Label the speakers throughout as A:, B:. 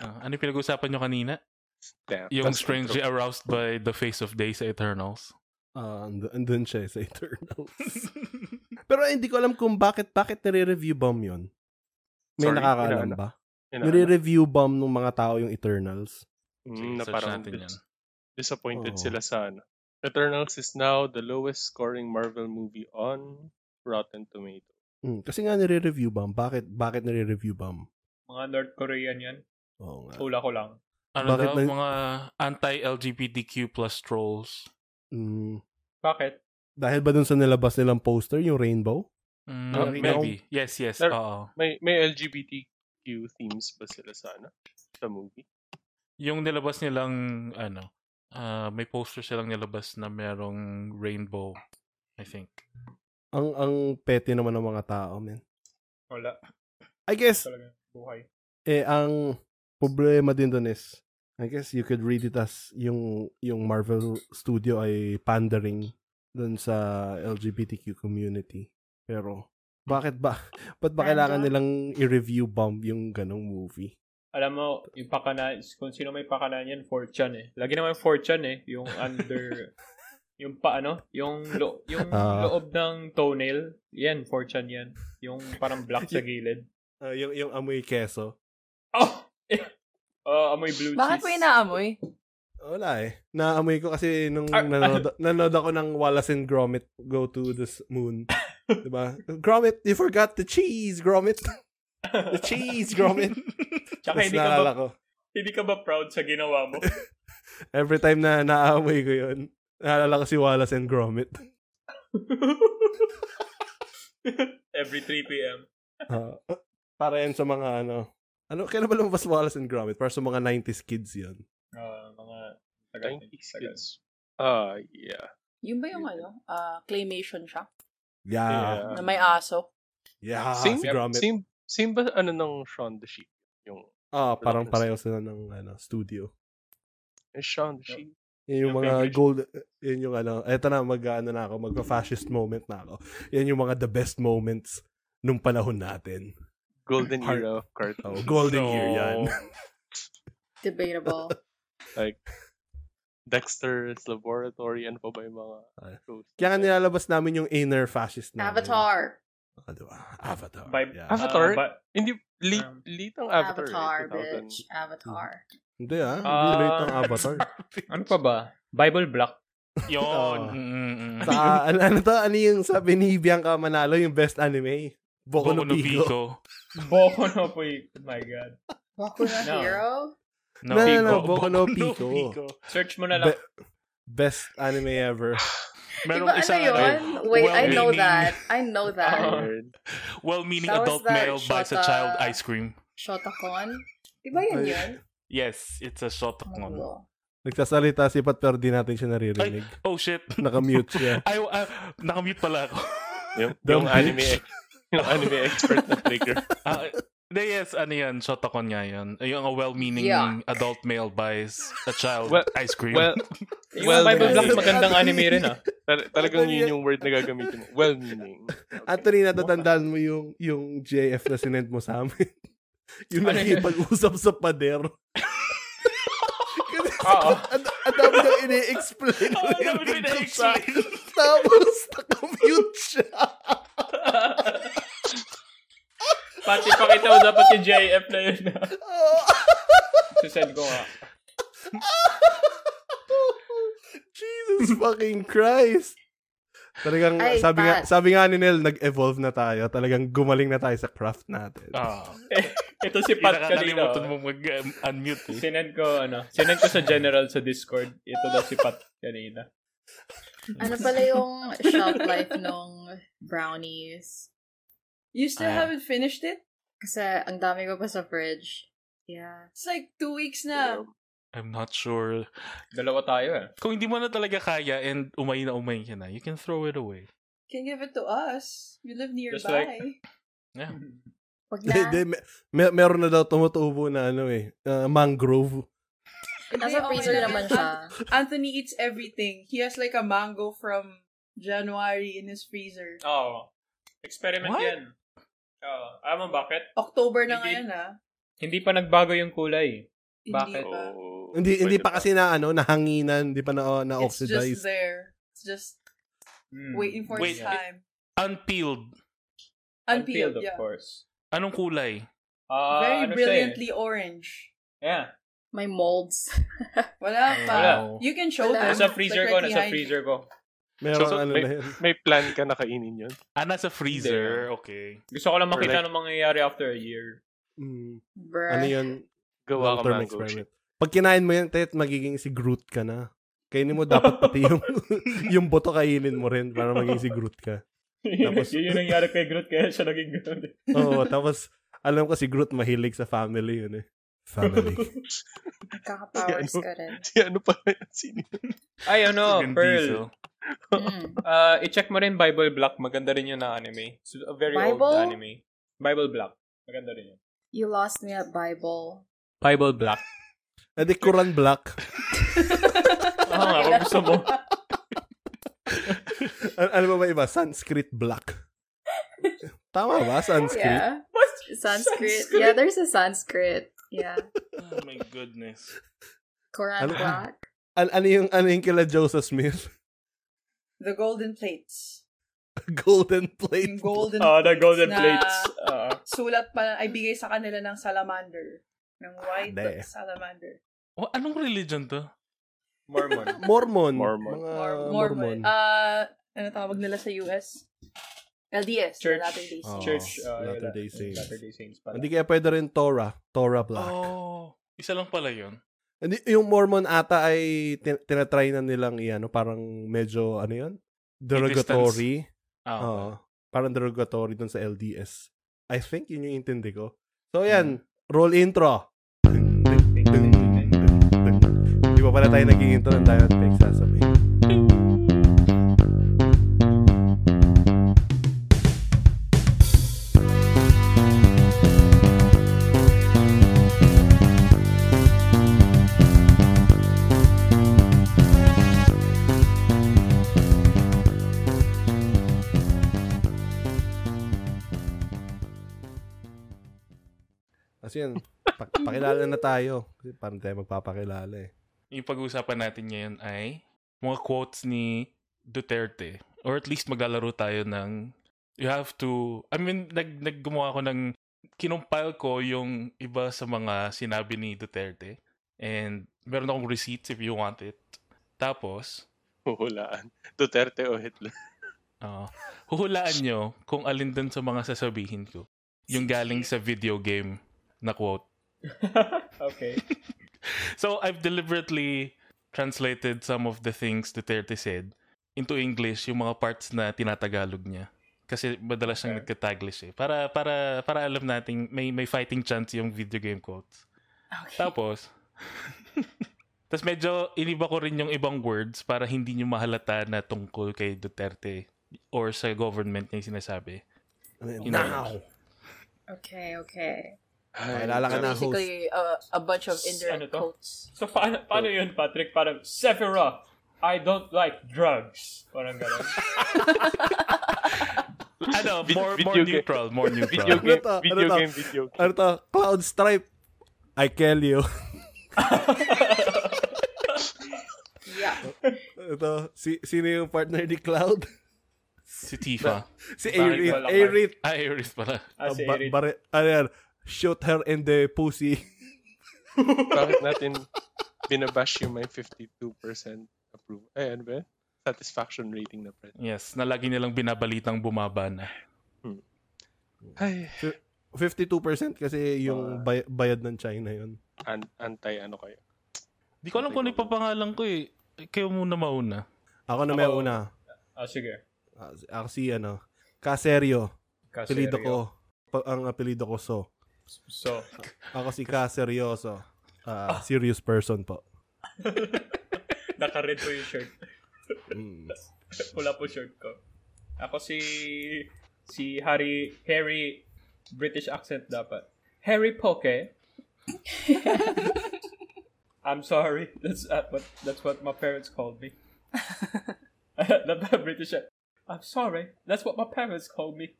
A: Ah, ano yung pinag-usapan nyo kanina?
B: Damn,
A: Yung
B: that's
A: strangely
B: true.
A: aroused by the face of day sa Eternals.
C: Ah, and, andun siya eh, sa Eternals. Pero hindi ko alam kung bakit, bakit nire-review bomb yun. May
B: Sorry,
C: nakakaalam
B: inaano-
C: ba?
B: Yun,
C: Nire-review bomb ng mga tao yung Eternals.
B: ano,
A: Sige,
B: mm, na
A: search
B: parang
A: natin
B: dis-
A: yan.
B: disappointed
C: Oo.
B: sila sa ano. Eternals is now the lowest scoring Marvel movie on Rotten Tomatoes.
C: Hmm, kasi nga nire-review bomb. Bakit, bakit nire-review bomb?
D: Mga North Korean yan.
B: Oh.
C: Oo nga.
D: Hula ko lang.
A: Ano
C: Bakit
A: daw,
C: may-
A: mga anti-LGBTQ plus trolls.
C: Hmm,
D: Bakit?
C: dahil ba dun sa nilabas nilang poster, yung rainbow?
A: Mm,
B: Ah,
A: maybe. Yes, yes.
B: Pero-
A: Oo.
B: May may LGBTQ themes ba sila sa ano? Sa movie?
A: Yung nilabas nilang, ano, ah, may poster silang nilabas na merong rainbow, I think.
C: Ang ang petty naman ng mga tao, man.
D: Wala.
C: I guess,
D: Talaga buhay.
C: eh, ang problema din dun is, I guess you could read it as yung, yung Marvel Studio ay pandering dun sa LGBTQ community. Pero, bakit ba? Ba't ba kailangan nilang i-review bomb yung ganong movie?
D: Alam mo, yung pakana, kung sino may pakanan yan, 4chan eh. Lagi naman 4chan eh, yung under, yung paano, yung, lo, yung
C: Ah.
D: loob ng toenail, yan, 4chan yan. Yung parang black sa gilid.
C: Ah, yung, yung amoy keso.
D: Oh! Ah, amoy blue
E: Bakit
D: cheese.
E: mo inaamoy?
C: Wala eh. Naamoy ko kasi nung
D: Ah,
C: nanood, nanood ako ng Wallace and Gromit Go to the S- Moon. diba? Gromit, you forgot the cheese, Gromit. The cheese, Gromit.
D: Tsaka
C: Tapos
D: hindi ka, ba,
C: naalala ko.
D: hindi ka ba proud sa ginawa mo?
C: Every time na naamoy ko yun, naalala ko si Wallace and Gromit.
D: Every 3 p.m.
C: Ah, para yan sa mga ano. Ano, kailan ba lumabas Wallace and Gromit? Para sa mga 90s kids yun.
D: Ah, mga tagal.
B: 90s
D: tagal.
B: kids. Ah, yeah.
E: Yun ba yung ano? ah, claymation siya?
C: Yeah.
E: na may aso?
C: Yeah,
B: same,
C: si Gromit.
B: same, same ba ano ng Shaun the Sheep? Yung
C: Ah, parang pareho sila ng ano, studio.
B: eh, Shaun the Sheep?
C: Yan yung
D: Yung
C: mga
D: favorite.
C: gold, yan yung ano, eto na, mag ano na ako, magpa-fascist moment na ako. Yan yung mga the best moments nung panahon natin.
B: Golden
C: Heart.
B: era of
C: Oh,
B: cartoons.
C: golden year yan.
E: Debatable.
B: Dexter's Laboratory, ano pa ba yung mga
C: Ah.
B: shows?
C: Kaya nga nilalabas namin yung inner fascist namin.
E: Avatar.
C: Ah, diba? Avatar.
D: By,
C: yeah.
D: ah,
B: Avatar?
D: ba-
B: Hindi, late,
D: Um,
B: late ang Avatar.
E: Avatar,
B: eh, 2000.
E: bitch. Avatar.
C: Hindi ah, hindi
D: Ah.
C: late ang Avatar.
D: ano pa ba? Bible Black.
A: Yun.
C: Oo.
A: Mm, mm, mm.
C: Ah. Sa, ano, ano to, ano yung sabi ni Bianca Manalo, yung best anime?
A: Boku
C: Boku,
A: no Pico.
D: Boko na po y- My God.
E: Boku no
D: No.
E: Hero?
C: No, no, no,
A: Pico.
C: Boku no Pico.
D: Search mo na lang.
C: Be- best anime ever.
A: Merong
E: diba ano
A: isang ano,
E: yun? Wait, I know
A: well-meaning-
E: that. I know that.
D: Oo.
B: Weird.
A: well-meaning
E: That was
A: adult
E: the
A: male buys a
E: Shota-
A: child ice cream.
E: Shotacon? Diba yun yun?
A: Yes, it's a shot of one.
E: Ano?
C: Nagsasalita si Pat pero di natin siya naririnig.
A: Oh shit.
C: Nakamute siya.
A: Ay, uh, nakamute pala ako.
B: Yung,
C: The
B: yung anime,
C: bitch.
B: yung anime expert na trigger.
A: Ah, hindi, yes, ano yan, shotacon nga yan. Yung a well-meaning
E: Yeah.
A: adult male buys a child
B: Well-
A: ice cream.
B: Well,
D: Yung
B: well, meaning.
D: Bible Black, magandang anime rin ah.
B: Tal- talagang
C: Anthony-
B: yun yung word na gagamitin mo. Well-meaning. Okay.
C: Anthony, natatandaan mo yung yung JF na sinend mo sa amin. yung
D: Ano yun?
C: nakikipag-usap sa pader. Kasi
D: Oo.
C: ang ang dami niyang ini-explain.
A: Oh, ang dami
C: Naririnig ko siya.
A: na-explain.
C: Tapos, nakamute siya.
D: Pati pakita mo dapat yung JF na yun ah. Susend ko ah. nga.
C: Jesus fucking Christ. Talagang
E: Ay,
C: sabi nga
E: Pat.
C: sabi nga ni Nel nag-evolve na tayo. Talagang gumaling na tayo sa craft natin.
A: Ah,
D: Ito si Pat kanina. ah.
A: nakakalimutan mo mag-unmute eh.
D: Sinend ko ano, sinend ko sa general sa Discord. Ito daw si Pat kanina.
E: Ano pala yung shelf life nung brownies?
F: You still
A: Ah.
F: haven't finished it?
E: Kasi ang dami ko pa sa fridge. Yeah.
F: It's like two weeks na.
A: I'm not sure.
D: Dalawa tayo eh.
A: Kung hindi mo na talaga kaya and umay na umay ka na, you can throw it away.
F: Can give it to us. You live nearby.
D: Just like-
A: Yeah.
E: Wag
C: Hindi, hindi.
E: na.
C: Me- me- meron na daw tumutubo na ano eh, uh, mangrove.
F: Hindi,
E: Nasa
F: okay
E: freezer
F: lang.
E: naman
F: An-
E: siya.
F: Anthony eats everything. He has like a mango from January in his freezer.
D: Oo. Experiment
A: What?
D: yan. Oo. Alam mo bakit?
F: October na
D: Hindi-
F: ngayon ah.
D: Hindi pa nagbago yung kulay. Bakit?
B: diba?
F: Hindi pa.
B: Oo,
C: Hindi
B: Oh,
C: hindi
B: pwede
C: pa kasi na ano, nahanginan, hindi pa na ah,
A: Oh.
C: na
F: It's just
C: oxidize.
F: there. It's just
D: Mm.
F: waiting for its
A: Wait,
F: time.
A: Unpeeled.
F: Unpeeled,
D: of
F: yeah.
D: course.
A: Anong kulay?
D: Ah,
F: Very
D: ano siya eh.
F: brilliantly orange.
D: Yeah.
E: My molds.
F: Wala pa.
D: Wala.
F: You can show them.
E: Wala.
D: Nasa
F: Like,
D: freezer ko,
F: right
D: nasa
F: behind.
D: freezer ko.
C: Meron
B: So, so,
C: ano
B: may-
C: na yun.
B: May plan ka na kainin yun?
A: Ah, nasa freezer. Okay.
D: Gusto ko
B: Or
D: lang makita
B: like-
D: anong mangyayari after a year.
C: Mm,
E: Bruh.
C: ano yun?
B: Gawa ka
C: Long-term
B: mango
C: experiment. Pag kinain mo yan, Tet, magiging si Groot ka na. Kainin mo dapat pati yung yung boto kainin mo rin para maging si Groot ka. Tapos-
D: yun yung nangyari kay Groot, kaya siya naging Groot.
C: Oo, tapos alam ko si Groot mahilig sa family yun eh. Family.
E: Kakapowers
B: Ano?
E: ka rin.
B: Si ano pa yan? Sino?
D: Ay, ano,
A: Vin Diesel.
D: Pearl.
F: Hmm.
E: Mm.
D: Uh, i-check mo rin Bible Black. Maganda rin yun na anime. It's a very
E: Bible?
D: old anime. Bible Black. Maganda rin yun.
E: You lost me at Bible.
D: Bible Black.
C: Eh di Kuran Black.
D: Oo nga, kung Ah, gusto mo.
C: Al- alam mo ba iba? Sanskrit Black. Tama ba? Sanskrit?
E: Oh, Yeah. Sanskrit. Yeah, there's a Sanskrit. Yeah.
A: Oh my goodness.
E: Koran
C: Ano-
E: Black.
C: An- ano yung, ano yung kila Joseph Smith?
F: The golden plates.
C: Golden plate.
F: Yung golden
D: Ah, the golden
F: na
D: plates. Ah,
F: Sulat pa ay bigay sa kanila ng salamander. Ng white
C: Hindi.
F: salamander.
A: Oh, anong religion to?
D: Mormon.
C: Mormon.
B: Mormon.
F: Mor-
C: Mga Uh, Mormon.
F: Mormon. Ah, ano tawag nila sa US? LDS.
D: Church.
F: Church. Latter-day Saints.
C: Oo.
D: Church. ah, yun,
C: Oh, Latter-day
D: ah,
C: Saints.
D: Latter-day Saints pala.
C: Hindi kaya pwede rin Torah. Torah Black.
A: Oh, isa lang pala yun.
C: Hindi, yung Mormon ata ay tin- tinatry na nilang iyan, parang medyo, ano yun? Derogatory.
E: Oh.
A: Ah,
C: Oo. Parang derogatory dun sa LDS. I think yun yung intindi ko. So, yan. Roll intro. Di ba pala tayo naging intro ng Diamond Peg sasabi? As yun, pa- pakilala na tayo. Kasi parang tayo magpapakilala eh.
A: Yung pag-uusapan natin ngayon ay mga quotes ni Duterte. Or at least maglalaro tayo ng you have to I mean nag naggumawa ako ng kinumpile ko yung iba sa mga sinabi ni Duterte and meron akong receipts if you want it. Tapos,
B: Huhulaan. Duterte o Hitler?
A: ah, huhulaan nyo kung alin dun sa mga sasabihin ko. Yung galing sa video game na quote.
D: okay.
A: So I've deliberately translated some of the things Duterte said into English, yung mga parts na tinatagalog niya. Kasi madalas siyang
D: Okay.
A: nagka-taglish eh. Para, para, para alam natin, may, may fighting chance yung video game quotes.
F: Okay.
A: Tapos, tapos medyo iniba ko rin yung ibang words para hindi nyo mahalata na tungkol kay Duterte or sa government niya yung sinasabi.
C: Ano yun?
A: Yun.
C: Now!
E: Okay, okay.
C: Pakilala ka na, host.
F: Basically, uh, a bunch of indirect
D: Ano to?
F: quotes.
D: So, paano, paano yun, Patrick? Parang, Sephiroth, I don't like drugs. Parang gano'n.
A: Ano,
B: Vid-
A: more, more
B: video game.
A: neutral, more neutral.
B: Video game,
C: Ano to? Ano
B: video
C: to?
B: game, video game.
C: Ano to? Cloud Stripe. I kill you.
E: Yeah.
C: Ito, Ano si, sino yung partner ni Cloud?
A: Si Tifa.
C: Si
D: Barry
C: Aerith.
D: Palakpak.
C: Aerith.
A: Ah, Iris pala.
C: Ah,
D: As
C: ba-
D: a
C: bare- ano yan? Shoot her in the pussy.
B: Bakit natin binabash yung may 52% approval? Eh, ano ba? yun? Satisfaction rating na pre.
A: Yes, na lagi nilang binabalitang bumaba na.
B: Ay,
C: 52% kasi yung bay- bayad ng China yun.
B: an- antay ano kayo.
A: Di ko alam kung ano yung papangalan ko eh. Kayo muna mauna.
C: Ako na may
D: Ako-
C: una.
D: Ah, sige.
C: Ah, si- Ako si ano. Caserio.
D: Kasi
C: Apelido ko. Pa- ang apelido ko so.
D: So,
C: Ako si Caserioso. Ah, serious person po.
D: naka-red po yung shirt.
C: Mm.
D: Pula po shirt ko. Ako si... Si Harry... Harry... British accent dapat. Harry Poke. I'm sorry. That's uh, what that's what my parents called me. Not my British. ac- I'm sorry. That's what my parents called me.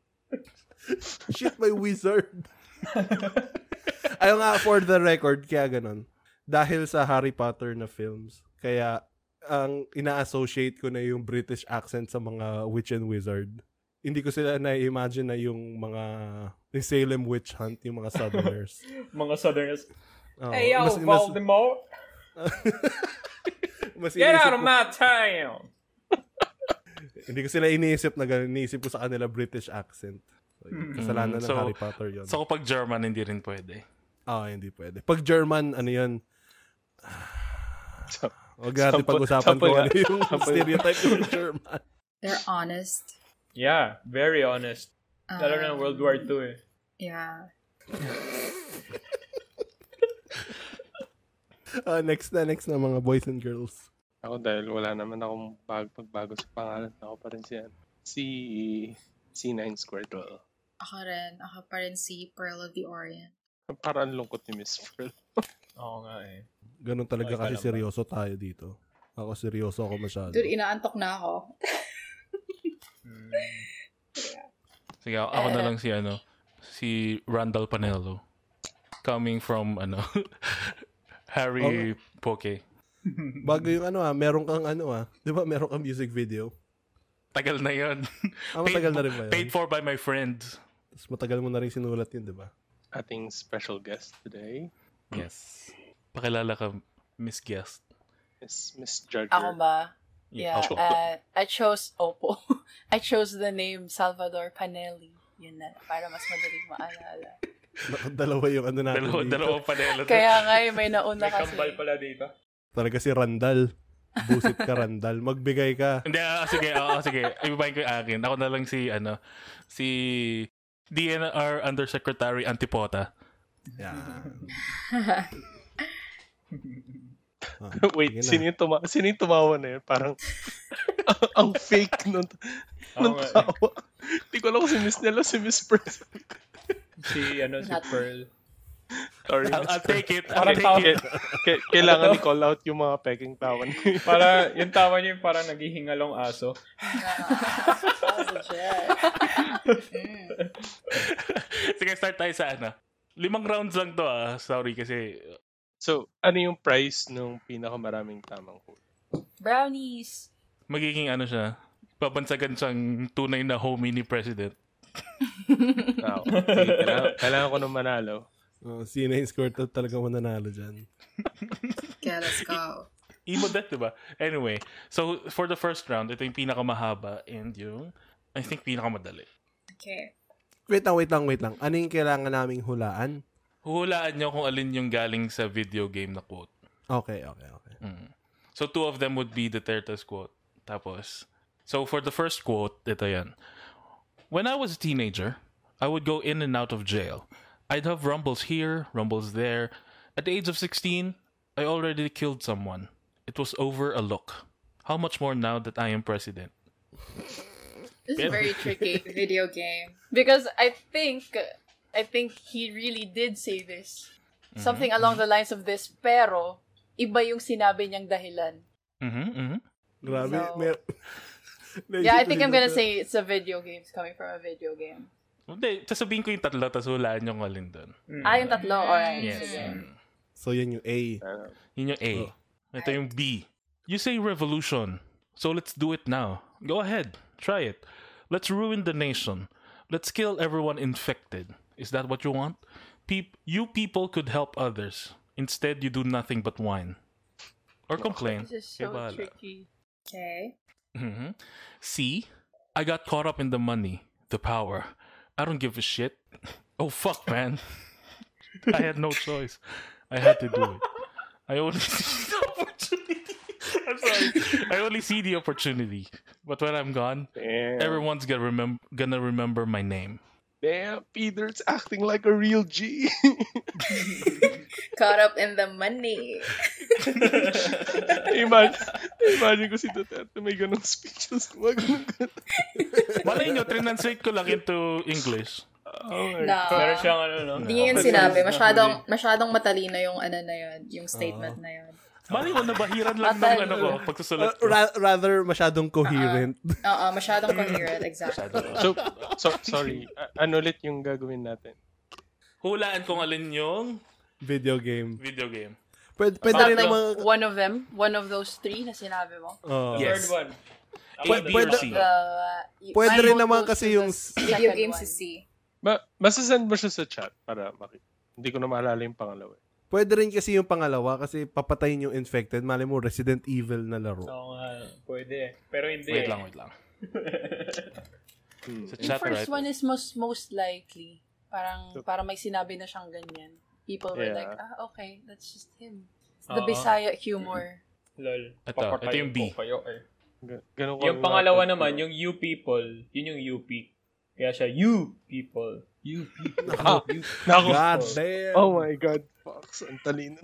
C: Shit, my wizard. Ayun nga, for the record, kaya ganun. dahil sa Harry Potter na films. Kaya ang ina-associate ko na yung British accent sa mga witch and wizard. Hindi ko sila na-imagine na yung mga yung Salem witch hunt, yung mga southerners.
D: Mga southerners.
C: Oo.
D: Hey, yo, Voldemort!
C: mas
D: Get
C: iniisip
D: out of
C: ko-
D: my town!
C: Hindi ko sila iniisip na ganun. Iniisip ko sa kanila British accent. So,
D: Hmm.
C: yun, Kasalanan
A: Mm,
C: ng
A: so-
C: Harry Potter yun.
A: So kapag German, hindi rin pwede.
C: Ah, hindi pwede. Pag German, ano yun?
B: So,
C: Huwag natin
B: Sampo-
C: pag-usapan
B: sampo
C: kung
B: nga.
C: ano yung
B: Sampo nga.
C: stereotype ng German.
E: They're honest.
D: Yeah, very honest.
E: Um,
D: Lalo na World War II eh.
E: Yeah.
C: Ah, next na, next na mga boys and girls.
B: Ako dahil wala naman akong bag pagbago sa pangalan. Ako pa rin si, ano, si C9 Squirtle.
E: Ako rin. Ako pa rin si Pearl of the Orient.
B: Parang lungkot ni Miss Pearl.
D: Oo nga eh.
C: Ganun talaga
D: Okay,
C: kasi
D: alam ba?
C: seryoso tayo dito. Ako seryoso ako masyado.
E: Dude, inaantok na ako.
D: Mm.
A: Sige, ako, ako
C: Eh.
A: na lang si ano, si Randall Panello. Coming from, ano,
C: Oh.
A: Harry Poke.
C: Bago yung ano ah, meron kang ano ah. Di ba meron kang music video?
A: Tagal na yun.
C: Ah, matagal na rin ba yun?
A: Paid for by my friend.
C: Tapos matagal mo na rin sinulat yun, di ba?
B: Ating special guest today
A: Yes. Pakilala ka, Miss Guest.
B: is Miss Judger.
G: Ako ba?
A: Yeah,
G: Yeah.
A: ako.
G: uh, I chose, opo, I chose the name Salvador Panelli. Yun na, para mas madaling maalala.
C: Baka Dalawa yung ano natin.
A: Dalawa,
C: dito.
A: dalawa panelo.
G: Kaya nga, eh, may nauna
D: May
G: kasi.
D: kambal pala dito.
C: Talaga si Randall. Busit ka, Randall. Magbigay ka.
A: Hindi, ah, sige, ah, sige. Ibabayin ko yung akin. Ako na lang si, ano, si DNR Undersecretary Antipota.
C: Yan. Ah,
B: Wait,
C: sige na.
B: sino yung, tuma- sino yung tumawa na yun? Parang, ang fake nun.
D: Oo
B: nung
D: nga eh.
B: tawa. Hindi ko alam kung si Miss Nelo, si Miss Pearl.
D: Si, ano, si
G: Not-
D: Pearl.
B: Sorry,
A: I'll,
B: Miss
A: I'll take it. I'll
D: Parang tao-
A: take it.
B: K- kailangan i-call out yung mga peking tawa na yun.
D: Para, yung tawa niya yung parang naghihingalong aso.
E: That was legit. Mm.
A: Sige, start tayo sa ano. Limang rounds lang to ah. Sorry kasi
B: So, ano yung price nung pinakamaraming tamang quote?
G: Brownies!
A: magiging ano siya. Babansagan siyang tunay na homie ni President.
B: Now, Ah, sige, kailangan, kailangan ko nung manalo.
C: Oh, sino yung Squirtle talaga mananalo dyan?
E: Okay, let's go.
A: Emo death, diba? Anyway, so for the first round, ito yung pinakamahaba and yung, I think, pinakamadali.
E: Okay.
C: Wait lang, wait lang, wait lang. Ano yung kailangan naming hulaan?
A: Huhulaan niyo kung alin yung galing sa video game na quote.
C: Okay, okay, okay.
A: Mm. So two of them would be Duterte's quote. Tapos, so for the first quote, ito yan. When I was a teenager, I would go in and out of jail. I'd have rumbles here, rumbles there. At the age of 16, I already killed someone. It was over a look. How much more now that I am president?
G: This is very tricky.
E: Video game.
G: Because I think, I think he really did say this. Something along the lines of this, pero iba yung sinabi niyang dahilan.
A: Mm-hmm, mm-hmm.
C: Grabe.
G: So-
C: mer-
G: Yeah, I think I'm gonna say it's a video game. It's coming from a video game.
A: Hindi, sasabihin ko yung tatlo, tapos hulaan niyo kung alin doon.
D: Mm.
G: Ah, yung tatlo. Alright,
A: Yes.
G: sige.
A: Mm.
C: So, yun yung A.
B: Ano,
A: Yun yung A.
C: Oh.
A: Ito yung B. You say revolution. So let's do it now. Go ahead. Try it. Let's ruin the nation. Let's kill everyone infected. Is that what you want? Peep, you people could help others. Instead, you do nothing but whine. Or complain.
G: This is
A: Kayo
C: Diba,
G: so
A: bahala.
G: tricky.
E: Okay.
A: Mhm. C. I got caught up in the money, the power. I don't give a shit. Oh fuck, man. I had no choice. I had to do it. I only see the opportunity. I'm sorry. I only see the opportunity. But when I'm gone,
B: Damn.
A: everyone's gonna remember gonna remember my name.
B: Damn, Peter's acting like a real G.
E: Caught up in the money.
B: imagine, imagine ko si Duterte may ganong speeches. Wag mo ganun.
A: Malay nyo, translate ko lang into English.
B: Oh my
E: No.
D: Meron siyang ano, no?
E: Hindi niya yun
D: Offensive
E: sinabi.
D: na
E: Masyadong,
D: huli.
E: masyadong matalino yung ano na yun, yung statement na yun.
A: Malay mo, nabahiran lang ng ano ko, pagsusulat ko.
C: Uh, Ra- rather, masyadong coherent.
G: Uh-uh.
E: Oo, masyadong coherent. Exactly.
B: So, so sorry. A- ano ulit yung gagawin natin?
A: Hulaan kung alin yung
C: Video game.
A: video game.
C: Pwede, pwede
D: Bakit
C: rin ang
D: no?
C: mga...
G: One of them, one of those three na sinabi mo.
C: Oo.
A: Yes.
D: Third one. Ako
A: A, B,
D: na-
A: or
C: Pwede-
A: C?
G: The- y-
C: Pwede
G: I
C: rin
G: won't
C: naman
G: go
C: kasi
G: to
C: yung-
G: the
E: Video
G: second
E: games
G: one.
E: to see.
B: Ma masasend mo siya sa chat para makita. Hindi ko na maalala yung pangalawa. eh.
C: Pwede rin kasi yung pangalawa kasi papatayin yung infected. Mali mo, Resident Evil na laro.
D: Oo nga, pwede. eh. Pero hindi.
A: Wait lang, wait lang.
B: Hmm.
A: Sa
G: Yung
A: chat,
G: first
A: right?
G: one is most most likely. Parang parang may sinabi na siyang ganyan. People were
B: Yeah.
G: like, ah, okay, that's just him. It's
D: Oo.
G: the Bisaya humor.
D: Lol.
A: Ito, ito yung B.
D: papatayin ko Kayo, eh.
B: Ga- ganun ko
D: Yung
B: ang
D: pangalawa
B: natin-
D: naman, yung you people, yun yung UP. Kaya siya, you people. You people.
B: Ah,
D: you
B: Nako.
C: God damn!
B: Oh my God. Fox, ang talino.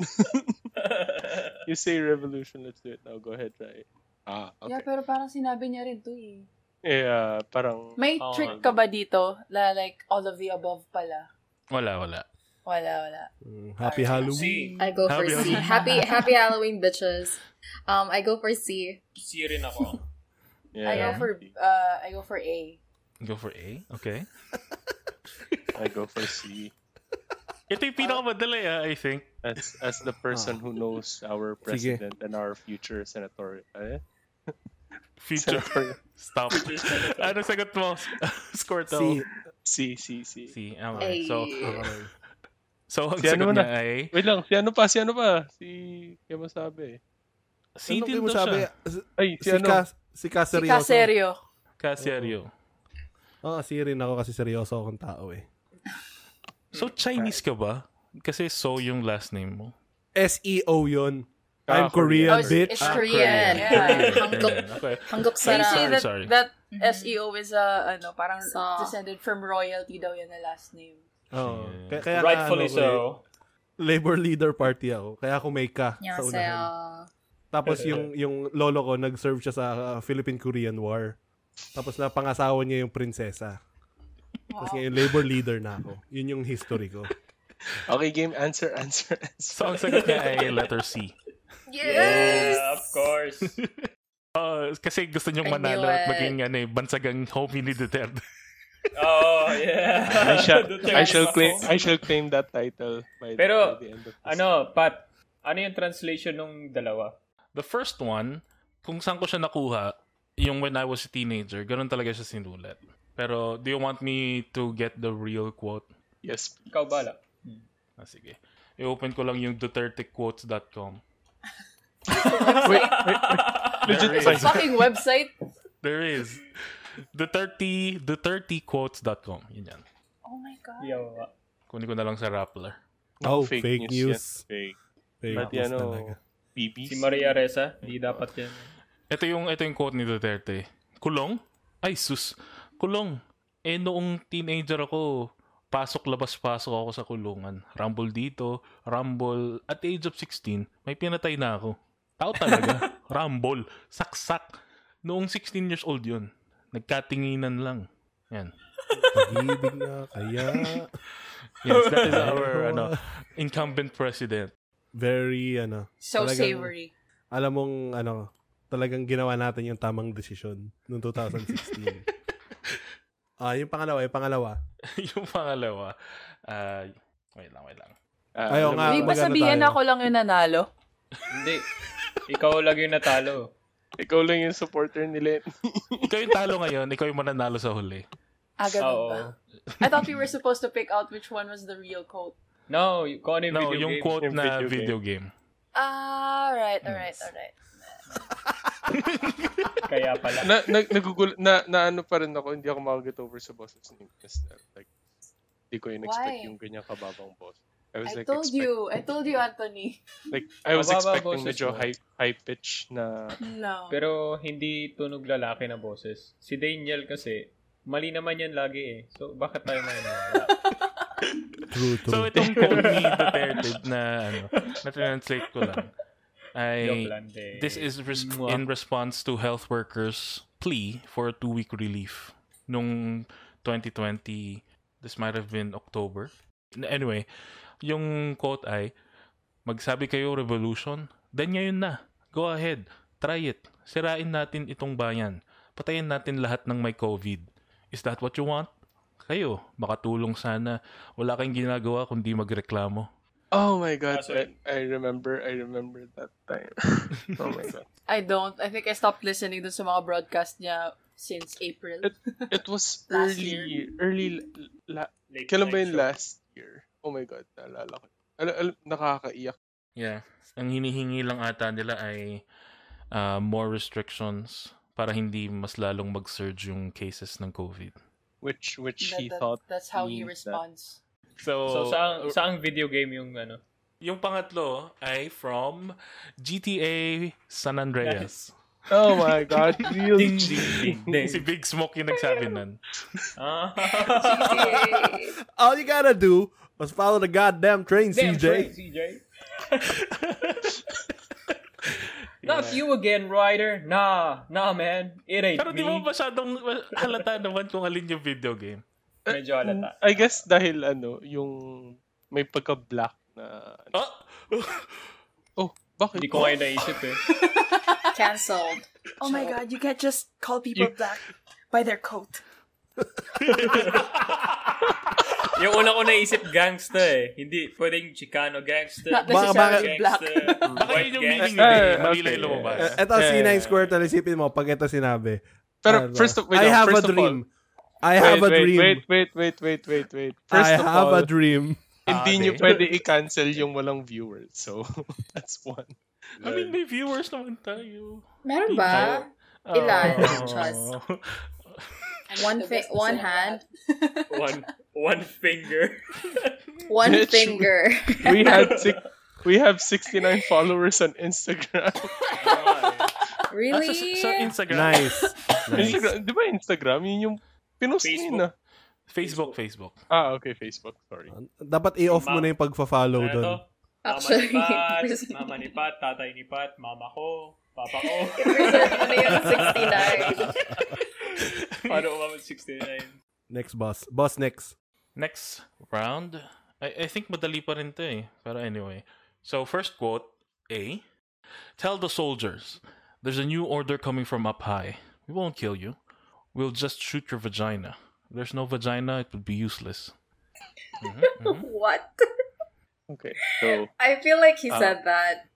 B: you say revolution, let's do it now. Go ahead, try it. Ah,
G: Yeah,
B: okay.
G: pero parang sinabi niya rin to eh.
B: Eh, ah, parang...
G: May
D: Oo
G: trick
D: nga.
G: ka ba dito? La, like, all of the above pala.
A: Wala, wala.
G: Wala, wala.
C: Mm, Happy Halloween!
D: C.
E: I go for
A: Happy
E: C.
A: Halloween.
E: Happy Happy Halloween, bitches. Um, I go for C.
D: C rin ako.
B: Yeah,
G: I go for, uh, I go for A.
A: Go for A? Okay.
B: I go for C.
A: Ito yung pinakamadali, ah, I think.
B: As, as the person who knows our
C: Sige.
B: president and our future senator. Eh?
A: Future.
B: Senator.
A: Stop. ano sagot mo? Score
C: C.
A: to.
B: C, C, C.
A: C. Okay.
E: Ay.
A: So, so ang
B: Si ano
A: sagot
B: na?
A: niya ay...
B: Wait lang, si ano pa, si ano pa? Si, kaya mo sabi.
A: C
C: Anong
G: Ano
A: din
C: kayo
A: daw
C: masabi?
A: siya.
C: S-
B: Ay, si,
C: Si,
B: ano?
C: Cas- si Cas
G: Si
C: seryoso.
G: Caserio.
A: Casario.
G: Oh.
C: Oo, si rin ako kasi seryoso akong tao eh.
A: So, Chinese ka ba? Kasi so yung last name mo.
C: SEO E yun.
B: Ah,
C: I'm Korean,
G: Oh, it's-
C: bitch.
G: it's Korean. Yeah.
A: Korean. Okay.
E: Hanggok
G: So
A: Sorry,
G: you say
E: sarap.
G: that,
A: sorry.
G: that
F: Mm-hmm.
E: Mhm.
G: SEO is, uh, ano, parang
E: So-
G: descended from royalty daw yun na last name.
C: Oo.
A: Yeah.
C: Kaya, kaya
D: Rightfully
C: ano ko eh,
D: so.
C: Labor leader party ako. Kaya ako may ka sa unahan.
E: eh, Annyeonghaseyo.
C: Tapos
A: eh.
C: yung yung lolo ko nag-serve siya sa uh, Philippine-Korean War. Tapos napangasawa niya yung prinsesa. Tapos
G: Wow.
C: ngayon labor leader na ako. Yun yung history ko.
B: Okay, game, answer, answer, answer.
A: So, ang sagot niya ay letter C.
E: Yes!
D: Yeah, of course.
A: Uh, kasi gusto niyong
E: I knew
A: manalo at
E: it.
A: maging ano, eh, bansagang homie ni Duterte.
D: Oh, yeah.
B: I shall,
D: Duterte
B: I shall
D: ako.
B: claim, I shall claim that title by,
D: Pero,
B: by the end of this.
D: Ano, Pat, ano yung translation nung dalawa?
A: The first one, kung saan ko siya nakuha, yung when I was a teenager, ganun talaga siya sinulat. Pero, do you want me to get the real quote?
B: Yes.
D: Ikaw bala.
A: Ah, sige. I-open ko lang yung DuterteQuotes.com.
B: wait, wait, legit
A: There
B: ba
A: is.
B: yun?
G: Fucking website.
A: There is. Duterte, DuterteQuotes.com. Yun yan.
G: Oh my God.
D: Yawa.
A: Kunin ko na lang sa Rappler.
C: Oh, fake, news.
B: yan. Fake.
C: Fake
B: But
C: news
B: yan,
A: ano?
B: oh,
C: talaga.
B: BBC.
D: Si Maria Reza, di dapat yan.
A: Ito yung, ito yung quote ni Duterte. Kulong? Ay, sus. Kulong. Eh, noong teenager ako, pasok labas pasok ako sa kulungan. Rumble dito, rumble. At the age of 16, may pinatay na ako. Tao talaga. rumble. Saksak. Noong 16 years old yun. Nagkatinginan lang. Yan.
C: Pag-ibig na kaya.
A: Yes, that is our ano, incumbent president.
C: Very, ano,
G: So
C: Talagang-
G: savory.
C: alam mong, ano, talagang ginawa natin yung tamang desisyon noong 2016. Ah, yung pangalawa, yung pangalawa.
A: yung pangalawa, ah, wait lang, wait lang.
B: Ah,
C: Ayaw
B: alam
C: nga.
B: mo-
G: Hindi ba
C: magano
G: sabihin
C: tayo?
G: ako lang yung nanalo?
D: Hindi. Ikaw lang yung natalo.
B: Ikaw lang yung supporter nila.
A: Ikaw yung talo ngayon, ikaw yung mananalo sa huli.
G: Agad
D: Oo.
G: ba? I thought we were supposed to pick out which one was the real quote.
D: No, y- kung ano
A: No,
D: yung video
A: yung
D: game.
A: quote
B: Yung
A: na
B: video
A: video game.
G: Ah, alright,
B: Hmm.
G: alright,
A: Yes.
G: alright.
D: Kaya pala.
B: na, na, nagugul, na, na ano pa rin ako, hindi ako makaget over sa boses ni Miss. Na, Like, hindi ko in-expect
G: Why?
B: yung ganyang kababang boss. I was
G: I
B: like,
G: told
B: expect-
G: you, I told you, Anthony.
B: Like, I was
D: Mababa
B: expecting
D: boses
B: medyo
D: mo.
B: high, high pitch na
G: No.
D: Pero hindi tunog lalaki na boses. Si Daniel kasi, mali naman yan lagi eh. So, bakit tayo may ano?
C: True, true.
A: So itong quote ni Duterte na ano, na-translate ko lang. Ay,
D: Joke lang eh.
A: this is res- in response to health workers' plea for a two-week relief nung 2020. This might have been October. Anyway, yung quote ay, magsabi kayo revolution, then ngayon na. Go ahead, try it. Sirain natin itong bayan. Patayin natin lahat ng may COVID. Is that what you want? Kayo, makatulong sana. Wala kayong ginagawa kundi magreklamo.
B: Oh my god,
D: Ah, sorry.
B: I, I remember, I remember that time. oh my god.
G: I don't. I think I stopped listening dun sa mga broadcast niya since April.
B: It was
G: Last
B: early,
G: year.
B: early, la,
D: Late
B: kailan ba
D: night
B: yung
D: show.
B: last year? Oh my god, naalala ko. Al, al, nakakaiyak.
A: Yeah. Ang hinihingi lang ata nila ay uh, more restrictions para hindi mas lalong mag-surge yung cases ng COVID.
B: Which, which
G: That-
B: he
G: that-
B: thought.
G: that's how he
B: means
G: responds.
A: So,
D: So, saang, saang video game yung ano?
A: yung pangatlo ay from GTA San Andreas.
B: that- Oh my god, real
D: Ding,
B: G.
D: ding, ding,
A: si
D: ding.
A: Big Smoke yung nagsabi nun.
D: Ah.
E: Yay.
C: All you gotta do was follow the goddamn train,
D: Damn
C: CJ.
D: straight, CJ. Not you again, Ryder. Nah, nah, man. It ain't
A: Pero
D: me.
A: di mo masyadong halata naman kung alin yung video game.
D: Medyo
A: Mm.
D: halata.
B: I guess dahil ano, yung may pagka-black na... ano.
A: Oh!
B: Oh, bakit?
D: Hindi ko kayo naisip eh.
E: Cancelled.
F: Oh my god, you can't just call people black by their coat.
D: Yung una ko naisip gangsta eh. Hindi, pwedeng Chicano gangster.
G: Not
C: Baka- baka-
G: necessarily black.
A: Baka
D: white
A: yun yung meaning
D: gangster.
A: nila eh.
B: Eh,
A: Mali lang
B: okay.
A: yung lumabas.
B: Eh,
C: Ito,
B: Yeah.
C: C9 Square, talisipin mo pag ito sinabi.
B: Pero
C: Ano?
B: first of, wait, no,
C: I have
B: first
C: a
B: of
C: dream.
B: all-
C: I have a
B: wait,
C: dream.
B: Wait, wait, wait, wait, wait, wait. First
C: I
B: of
C: have
B: all,
C: a dream.
B: hindi
A: Ah,
B: nyo
A: di.
B: pwede i-cancel yung walang viewers. So, that's one. Uh,
A: I mean, may viewers naman tayo.
E: Meron Ano ba?
A: Oh.
E: Ilan? Just. One,
G: The
E: fi-
G: best
E: one
G: is
E: hand?
D: One, one finger.
E: One
B: Bitch.
E: finger.
B: We had six, we have 69 followers on Instagram.
A: Ah, sa, sa
E: really?
A: Instagram.
C: Nice. nice.
B: Instagram, di ba Instagram? Yun yung pinost mo yun ah.
A: Facebook, Facebook.
B: Ah, okay, Facebook. Sorry.
C: Dapat i-off mo na yung pagfa-follow
D: Ano
C: doon.
D: to?
E: Actually,
D: Mama ni Pat,
E: prison-
D: mama ni Pat, tatay ni Pat, mama ko, papa ko.
E: Preserve mo na yung 69.
D: Paano umabot 69?
C: Next boss. Boss next.
A: Next round. I, I think madali pa rin to eh. Pero anyway. So, first quote, A. Tell the soldiers, there's a new order coming from up high. We won't kill you. We'll just shoot your vagina. If there's no vagina, it would be useless. Mm-hmm,
E: What?
B: Okay, so,
E: I feel like he
B: Ah.
E: said that.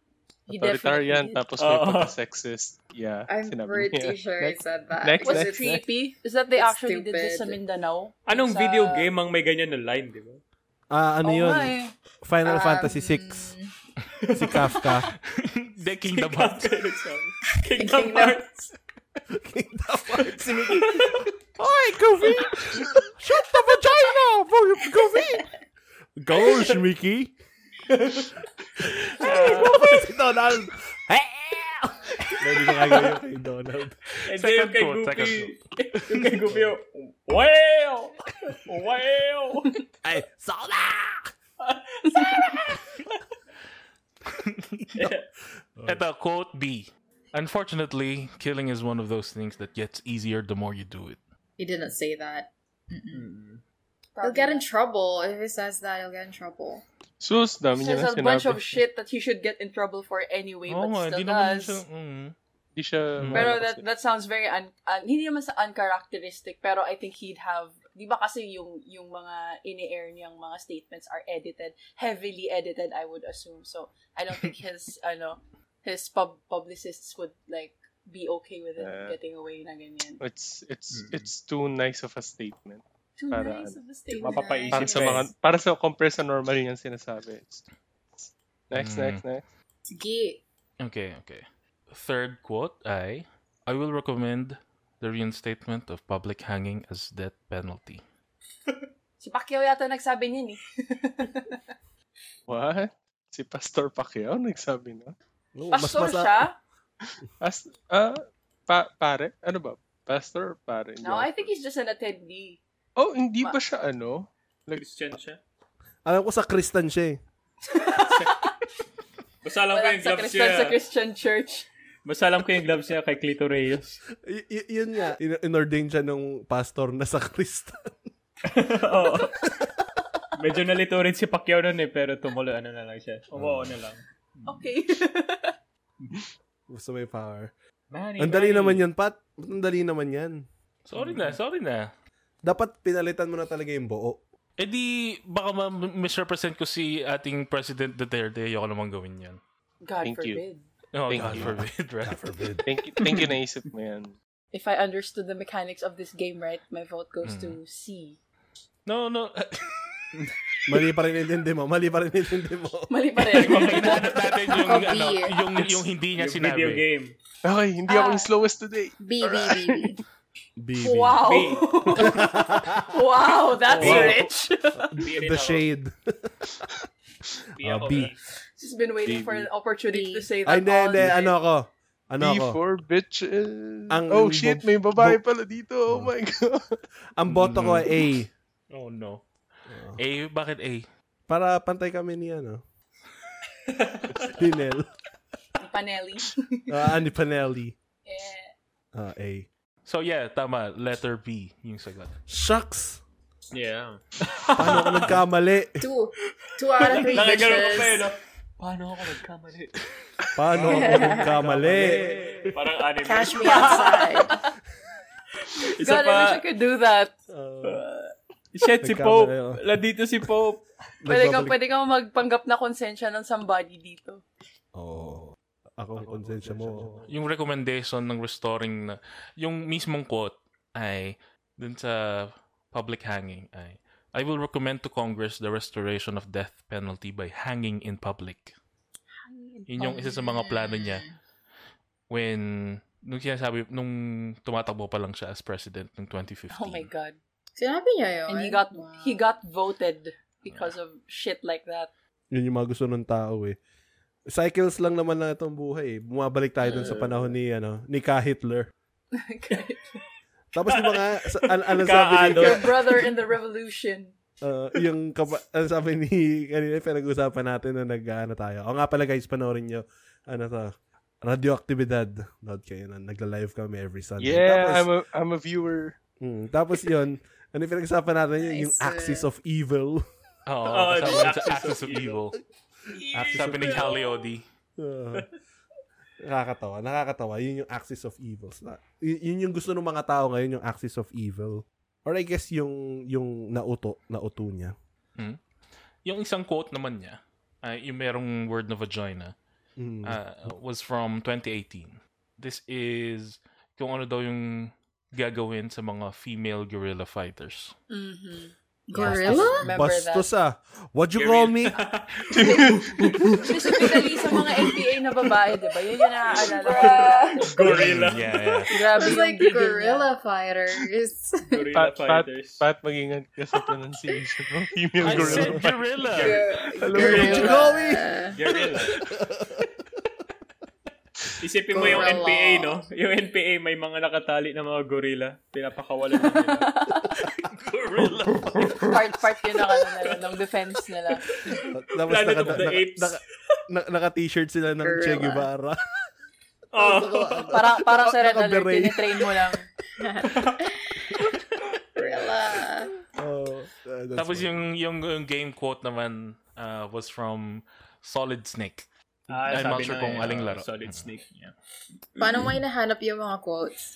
G: He
B: authoritarian, tapos
G: definitely Oh. did.
B: may
D: Oo.
B: pagka-sexist. Yeah,
E: I'm
B: sinabi
E: pretty
B: niya.
E: sure he
B: Next.
E: said that.
B: next,
E: Was
G: Was
E: it
G: it
B: next.
G: creepy? Is that they
E: It's
G: actually did this sa
E: stupid.
G: Mindanao?
D: Anong
G: Sa-
D: video game ang may ganyan na line, di ba?
C: Ah, ano
G: Oo
C: yun?
G: nga eh.
C: Final Fantasy 6. Si Kafka.
A: The Kingdom Hearts.
D: Kingdom
E: Kingdom
D: Hearts.
C: Kingdom Hearts. Si Mickey. Hoy, Goofy! Shut the vagina! Goofy! Goals, Mickey! Hey, Goofy! Si Donald! Hey! Hindi ko kagawin yung kay Donald.
D: And then
A: Second
D: yung kay
A: quote,
D: Goofy.
A: second
D: Yung kay Goofy, oh, Wow! Wow!
C: Ay, Sola!
A: Ito, quote B. Unfortunately, killing is one of those things that gets easier the more you do it.
E: He didn't say that.
G: Probably.
E: He'll get in trouble. If he says that, he'll get in trouble.
B: Sus, dami niya
G: Says
B: na
G: a bunch of
B: sinabi.
G: shit that he should get in trouble for anyway,
A: Oo
G: but
A: nga,
G: still
A: Oh di naman
G: does.
A: siya... Mm.
B: Hindi siya...
G: Pero that that sounds very un, un- hindi naman sa uncharacteristic pero I think he'd have 'di ba kasi yung yung mga ini-air niyang mga statements are edited, heavily edited I would assume. So I don't think his ano his pub publicists would like be okay with it
B: Yeah.
G: getting away na ganyan.
B: It's it's
D: Mm.
B: it's too nice of a statement.
G: Too
B: Para
G: nice of a statement.
D: Mapapaisip
B: Para sa
D: ka eh.
B: mga para sa compare sa normal yung sinasabi. It's- it's- Next,
A: Mm.
B: next, next.
E: Sige.
A: Okay, okay. Third quote I I will recommend the reinstatement of public hanging as death penalty.
G: Si Pacquiao yata nagsabi niyan eh.
B: What? Si Pastor Pacquiao nagsabi na.
C: No,
B: Oh,
G: Pastor siya?
B: As ah pa, pare, ano ba? Pastor or pare? Hindi
G: No,
B: ako-
G: I think he's just an attendee.
B: Oh, hindi
G: Ma-
B: ba siya ano?
D: Christian siya.
C: Alam ko sa Kristan siya eh.
D: Basta alam ko
G: Walang
D: yung
G: sa
D: gloves
G: Christian, sa
D: niya.
G: Christian church.
D: Basta alam ko yung gloves niya kay Clito Reyes.
C: Y- y- yun nga, in- inordain siya nung pastor na sa Kristan.
D: Oo. Medyo nalito rin si Pacquiao nun eh, pero tumulo ano na lang siya. Oo, na lang.
G: Okay.
C: Gusto may power.
D: Manny,
C: Ang dali naman yan, Pat. Ang dali naman yan.
A: Sorry na, sorry na.
C: Dapat pinalitan mo na talaga yung buo.
A: Eh di, baka ma- misrepresent ko si ating President Duterte. Ayoko namang gawin yan.
G: God
B: Thank you.
G: forbid.
A: Oh,
B: Thank
A: God
B: you.
A: forbid, right?
C: God forbid.
B: Thank you, thank you naisip mo yan.
G: If I understood the mechanics of this game right, my vote goes
A: Mm-hmm.
G: to C.
A: No, no.
C: Mali pa rin intindi mo. Mali pa rin intindi mo.
G: Mali pa
A: Yung
G: rin.
A: hinahanap natin yung,
E: Ako, B
A: ano,
E: eh.
A: yung, yung hindi niya
D: Yung video
A: sinabi.
D: game.
B: Okay, hindi ako
G: Ah.
B: yung slowest today.
E: B, B, B, B.
C: BB.
G: wow.
D: B.
G: Oh. wow, that's
D: Wow.
G: rich.
D: Hindi rin
C: The
D: ako.
C: shade.
D: Hindi
C: Ah,
D: ako.
C: B.
G: She's been waiting for an opportunity
E: B.
G: to say that
C: Ay, hindi,
G: all
C: hindi.
G: night.
C: Ano ako? Ano ako?
B: D4 bitches.
C: Ang-
B: oh shit,
C: bo-
B: may babae
C: bo-
B: pala dito. Oh my God.
C: Ang boto ko ay A.
A: Oh, no. A, bakit A?
C: Para pantay kami ni ano. Dinel.
G: Panelli.
C: Ah, ni Panelli.
G: Eh,
C: Ah, A.
A: So yeah, tama. Letter B yung sagot.
C: Shucks!
D: Yeah.
C: Paano ako nagkamali?
E: Two. Two out of three
D: Nakagano ko pa yun,
B: ah.
E: bitches.
D: no? Paano ako nagkamali?
C: Paano ako nagkamali?
D: Parang anime.
E: Cash me outside.
D: Isa
G: God, I wish I
D: pa.
G: could do that.
C: Uh,
D: Shit, si
C: Nagkamali oh.
D: Pope.
C: ako.
D: Ladito si Pope.
G: Pwede ka,
C: nagbabalik-
G: pwede ka magpanggap na konsensya ng somebody dito.
C: Oo. Oh. Ako ang konsensya mo.
A: Yung recommendation ng restoring na, yung mismong quote ay dun sa public hanging ay I will recommend to Congress the restoration of death penalty by hanging in public. Yun
G: Oh,
A: yung isa sa mga plano niya when nung sinasabi nung tumatakbo pa lang siya as president ng 2015.
G: Oh my God.
E: Sinabi niya yun.
G: And he got
E: Wow.
G: he got voted because of shit like that.
C: Yun yung mga gusto ng tao eh. Cycles lang naman na itong buhay eh. Bumabalik tayo dun sa panahon ni, ano, ni Ka Hitler. Tapos di ba nga, sa, an- ano sabi ni,
D: Kaano.
G: Your brother in the revolution.
C: uh, yung, kapa- ano sabi ni, kanina pinag-usapan natin na nag, ano tayo. O nga pala guys, panoorin nyo, ano to, radioaktibidad. Nod kayo na, nagla-live kami every Sunday.
B: Yeah,
C: Tapos,
B: I'm a, I'm a viewer.
C: mm, tapos yun, ano yung pinag-usapan natin yun, yung
E: Nice, eh.
C: axis of evil.
A: Oo,
D: Oh,
A: kasama
D: the
A: dun sa Axis of Evil.
C: Axis
A: Sabi ni Haliodi.
C: Uh, nakakatawa, nakakatawa. Yun yung axis of evils. Na, y- yun yung gusto ng mga tao ngayon, yung axis of evil. Or I guess yung yung nauto, nauto niya.
A: Yung isang quote naman niya, ay yung merong word na vagina,
C: Mm.
B: Ah,
A: uh, was from 2018. This is kung ano daw yung gagawin sa mga female guerrilla fighters.
G: Mm-hmm.
E: Gorilla?
G: Remember
C: Bastos ah. What you
D: You're
C: call me?
D: real.
G: Specifically sa mga LPA na babae, di ba? Yun yung naaalala ko.
D: Gorilla.
A: Yeah, yeah.
G: Grabe
E: It's
G: yung
E: like
G: gigil niya.
E: gorilla fighters.
D: Gorilla
B: Pat, Pat,
D: fighters.
B: Pat, mag-ingat ka sa pronunciation mo. Female
A: I
B: girl.
A: said guerrilla!
B: Alam mo
E: Gorilla.
B: yun?
G: Uh,
D: Gorilla. Isipin mo yung
E: Gorilla.
D: NPA, no? Yung NPA, may mga nakatali na mga gorilla. Pinapakawalan na nila. gorilla.
G: Part-part yun ang ano nila, ng defense nila.
C: Tapos
D: Planet
C: naka,
D: of the
C: naka,
D: Apes.
C: naka, na- naka-t-shirt sila ng
E: Gorilla.
G: ah.
C: Che Guevara.
D: Oh.
G: Parang, parang sa Red Alert,
C: Naka-beret.
G: tinitrain mo lang.
E: gorilla.
C: Oh, uh, that's
A: Tapos
C: funny.
A: yung, yung, yung game quote naman uh, was from Solid Snake.
D: Ah,
A: I'm not
D: sabi
A: sure
D: na
A: kung
D: eh,
A: aling
D: oh,
A: laro.
D: Solid Snake. Yeah.
E: Paano mo hinahanap yung mga quotes?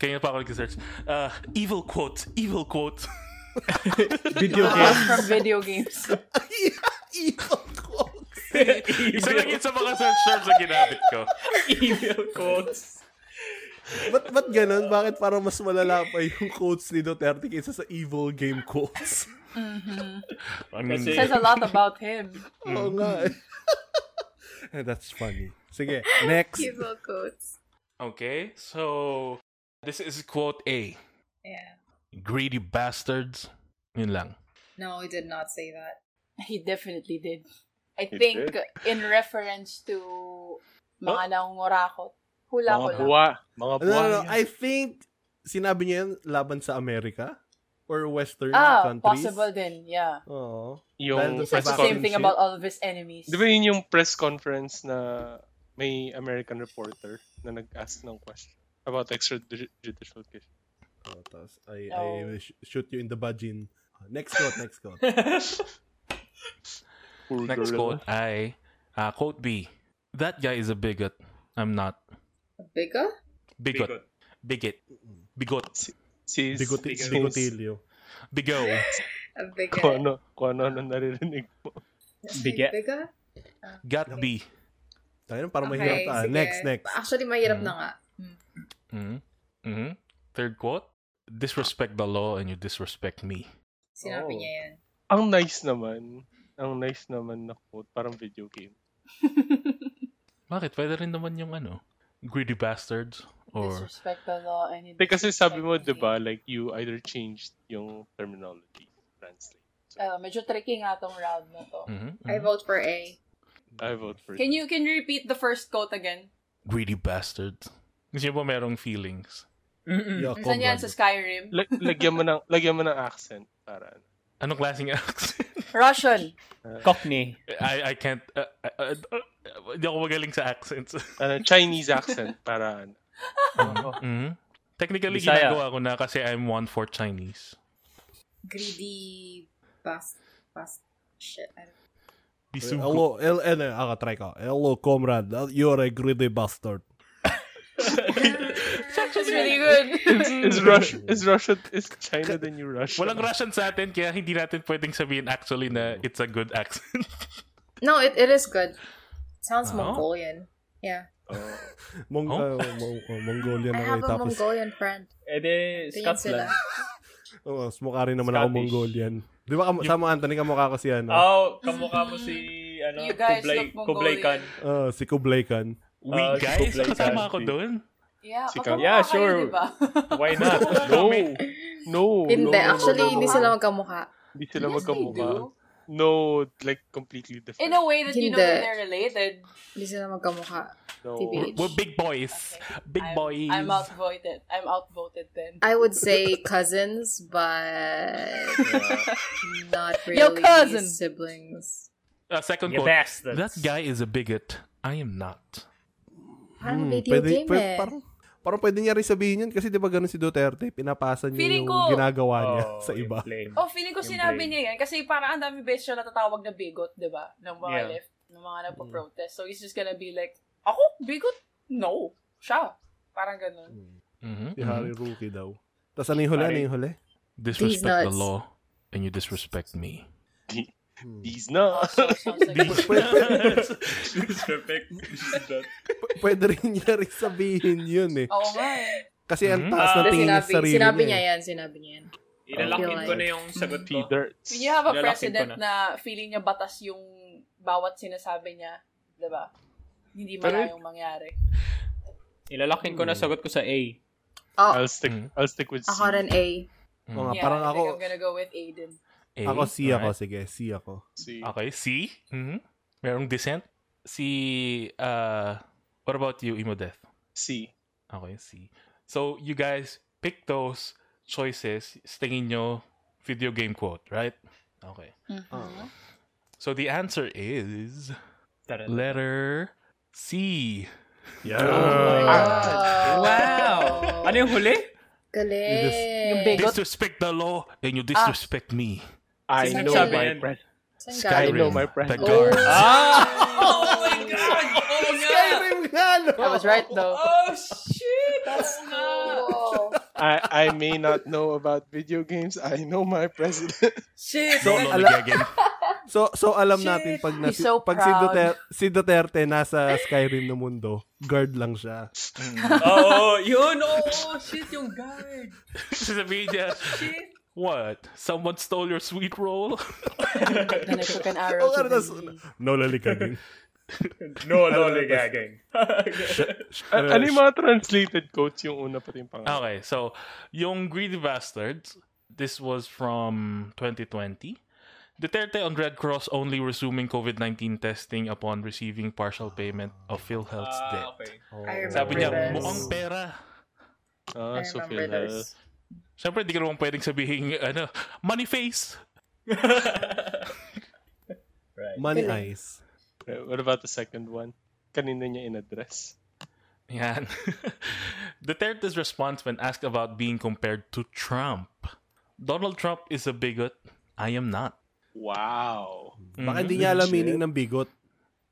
A: Kaya pa ako nag-search. Uh, evil quote, evil quote.
C: video
E: Uh,
G: Quotes from video games.
C: Evil quotes.
A: Isa lang yun sa mga search terms na ginamit ko.
D: Evil quotes.
C: Ba't, ba't ganun? Bakit parang mas malala pa yung quotes ni Duterte kaysa sa evil game quotes?
A: I mean,
D: Kasi-
G: Says a lot about him.
D: Mm.
C: Oo nga eh. Eh, That's funny. Sige, next.
E: Evil quotes.
A: Okay, so this is quote A.
E: Yeah.
A: Greedy bastards. Yun lang.
E: No, we did not say that.
G: He definitely did. I
B: He
G: think in reference to mga nangungurakot. Hula ko
B: Mga
G: lang.
B: buwa. Mga
C: No,
B: buwa.
C: no, no.
B: yan.
C: I think sinabi niya yun laban sa Amerika or Western
G: Ah,
C: countries.
G: possible din, yeah.
C: Oo. Dahil
B: yung
C: dun sa
G: Says
B: press
C: vaccine
G: the same
B: conference.
G: thing
C: shit.
G: about all of his enemies.
B: Di ba yun yung press conference na may American reporter na nag-ask ng question about extrajudicial case.
C: Oh, tapos, I,
G: Oh.
C: I will sh- shoot you in the vagin. Next quote, next quote.
B: Poor
A: Next
B: gorilla.
A: quote I uh, quote B. That guy is a bigot. I'm not.
E: Bigger?
A: Bigot. Bigot. Bigot.
B: Si,
C: Bigotil-
B: si-
C: bigotilyo.
A: Bigo.
E: Ang bigat.
B: Kung ano, kung ano, ano naririnig mo.
D: Bigat.
E: Bigat?
A: Got B.
C: Tayo na, parang mahirap ta.
E: sige. Ah,
C: Next, next.
E: Actually, mahirap
A: Mm.
E: na nga.
A: Mhm. Mhm. Third quote, disrespect the law and you disrespect me.
E: Sinabi
B: Oh.
E: niya yan.
B: Ang nice naman. Ang nice naman na quote. Parang video game.
A: Bakit? Pwede rin naman yung ano, greedy bastards or
G: Disrespect the law and
B: Hindi, kasi sabi mo, diba? di
G: disrespect
B: ba,
G: me.
B: like, you either changed yung terminology. Translate.
G: Ah, medyo tricky nga tong round na to.
C: Mm.
A: Mhm, mhm.
E: I vote for A.
B: I vote for
G: Can you can you repeat the first quote again?
A: greedy bastards. Gusto niyo ba merong feelings?
D: Mm-mm.
C: Yeah,
G: Saan yan? Sa
C: comrade.
G: Skyrim?
B: Lag- lagyan mo ng lagyan mo ng accent para ano.
A: Anong klaseng accent?
G: Russian.
D: Cockney.
A: I, I can't, uh, uh, uh, uh, hindi ako magaling sa accents.
B: Ano, Chinese accent para ano.
D: Oh.
A: Mhm. Technically,
D: Bisaya.
A: ginagawa ko na kasi I'm one for Chinese.
E: Greedy bas... bas... Shit. I don't-
A: Bisugo.
C: Hello, L, ano, aka, try ka. Hello, comrade. You're a greedy bastard.
G: It's really good.
B: Is Russia is Russia is China the new Russia?
A: Hmm. Walang Russian sa atin, kaya hindi natin pwedeng sabihin actually na it's a good accent.
E: No, it, it is good. Sounds
C: Ah.
A: Oh.
E: Mongolian. Yeah.
B: Oh.
C: Mong,
A: Oh?
C: uh, Mong- oh, Mongolian
E: I
C: na kayo.
E: have a
C: Tapos,
E: Mongolian friend.
D: Eh de,
E: Tingin sila.
D: Scotland.
C: oh, mas mukha rin naman ako
D: Scottish.
C: Mongolian. Di ba, kam- sama Anthony, kamukha ko si ano?
D: Oh, kamukha mo si ano,
G: You guys
D: Kublai,
G: look Mongolian.
D: Kublai Khan.
C: Ah, si Kublai Khan.
A: We
D: Ah, si
A: guys,
D: Kublai
A: kasama
D: Khan.
A: ako doon.
G: Yeah,
B: Si
G: magkamukha
B: Kang-
D: Yeah,
G: kayo,
D: sure.
G: diba?
D: Why not?
B: No. No. no,
E: Hindi,
B: no,
E: actually,
B: no,
E: hindi
B: no.
E: sila magkamukha.
B: hindi sila
G: Yes, they
B: magkamukha.
G: do.
B: No, like completely different.
G: In a way that you know
E: Hindi.
G: that they're related.
E: Hindi sila magkamukha.
B: no.
E: TV.
A: We're big boys. Big
G: I'm,
A: boys.
G: I'm outvoted. I'm outvoted then.
E: I would say cousins, but
B: Yeah.
E: not really
G: Your cousin.
E: siblings.
A: Uh, second
D: You
A: quote.
D: bastards.
A: That guy is a bigot. I am not.
E: Parang
C: Hmm,
E: video
C: pwede-
E: game
C: pwede-
E: eh.
C: Parang, parang pwede niya rin sabihin yun kasi di ba ganun si Duterte, pinapasa niya
G: Feeling
C: yung
G: ko-
C: ginagawa niya
D: Oh,
C: sa iba.
D: yung flame.
G: Oh, feeling ko
D: Yung
G: sinabi
D: blame.
G: niya yan kasi parang ang dami beses siya natatawag na bigot, di ba? Ng mga
D: Yeah. Mm-hmm.
G: left, ng mga nagpo-protest. So he's just gonna be like, ako, bigot? No. Siya. Parang ganun.
C: Hmm.
A: Mhm,
C: Si
A: mhm.
B: Mm-hmm.
C: Harry Rookie daw. Tapos ano yung huli? Ano yung huli?
A: Disrespect the
E: nuts.
A: law and you disrespect me.
B: These na.
G: Also, sounds like
C: Pwede,
D: Perfect.
C: pwede rin niya rin sabihin yun eh.
G: Oo nga eh.
C: Kasi ang
A: Mhm.
B: Mm-hmm.
C: taas na
E: Pero
C: tingin niya
E: sinabi,
C: sa sarili
E: sinabi niya
C: niya. eh.
E: yan, sinabi niya yan.
D: Inalakin ko na yung sagot ko.
B: T-dirts.
G: When you have a
D: Lalakin ko
G: president
D: na.
G: na. feeling niya batas yung bawat sinasabi niya, di ba? Hindi malayong mangyari.
D: Inalakin ko na sagot ko sa A.
E: Oh,
B: I'll stick
A: Mm.
B: I'll stick with C.
E: ako rin A.
C: Oo
A: Mm-hmm.
C: nga,
G: Yeah,
C: Ah, parang
G: I
C: ako,
G: think I'm gonna go with Aiden.
A: A,
C: eh. ako si ako,
A: alright.
C: sige, si ako.
B: C.
A: Eh? Okay, C. Mhm. Merong dissent. Si, uh, what about you, Imodeth?
B: C.
A: Okay, C. So, you guys pick those choices. Stingin nyo video game quote, right? Okay. Uh. So, the answer is letter C.
C: Uh,
D: Ah. Wow! Ano yung huli?
E: Galing.
G: Yung big- Bigot.
A: Disrespect the law and you
B: Ah.
A: disrespect me.
B: I
D: Sino
B: know
D: sabi
B: my
D: yan?
B: friend. I
E: Saan galing?
B: know
A: Skyrim,
B: my friend.
A: The guard.
D: Ah!
G: Oh my God! Oh,
C: Skyrim nga, no?
G: I was right though.
D: Oh, shit! That's
G: Oh.
B: I, I may not know about video games. I know my president.
G: Shit!
A: So, again.
C: So, so alam natin pag, na,
G: He's so
C: pag si,
G: proud.
C: Duterte, si Duterte nasa Skyrim na mundo, guard lang siya.
D: Oh, yun! Oh, shit yung guard!
A: Sasabihin niya, what? Someone stole your sweet roll?
G: Then I took an
C: Oh,
G: arrow to
C: ano,
G: the
C: tas,
G: knee.
C: no lalikagin.
D: No, loli gagging.
B: A- ano yung mga translated quotes yung una pati yung pangalan?
A: Okay, so yung Greedy Bastards, this was from 2020. Duterte on Red Cross only resuming COVID-19 testing upon receiving partial payment of PhilHealth's debt.
D: Ah, okay.
E: I remember
A: Sabi niya,
E: this.
A: mukhang pera.
B: Ah,
E: I
B: so uh,
E: remember this.
A: Siyempre, di ka naman pwedeng sabihin, ano, money face.
D: right.
C: Money eyes.
B: Phil- What about the second one? Kanina niya in-address.
A: Yan. Duterte's response when asked about being compared to Trump. Donald Trump is a bigot. I am not.
B: Wow.
A: Mhm.
C: Baka hindi niya alam
B: Legit.
C: meaning ng bigot.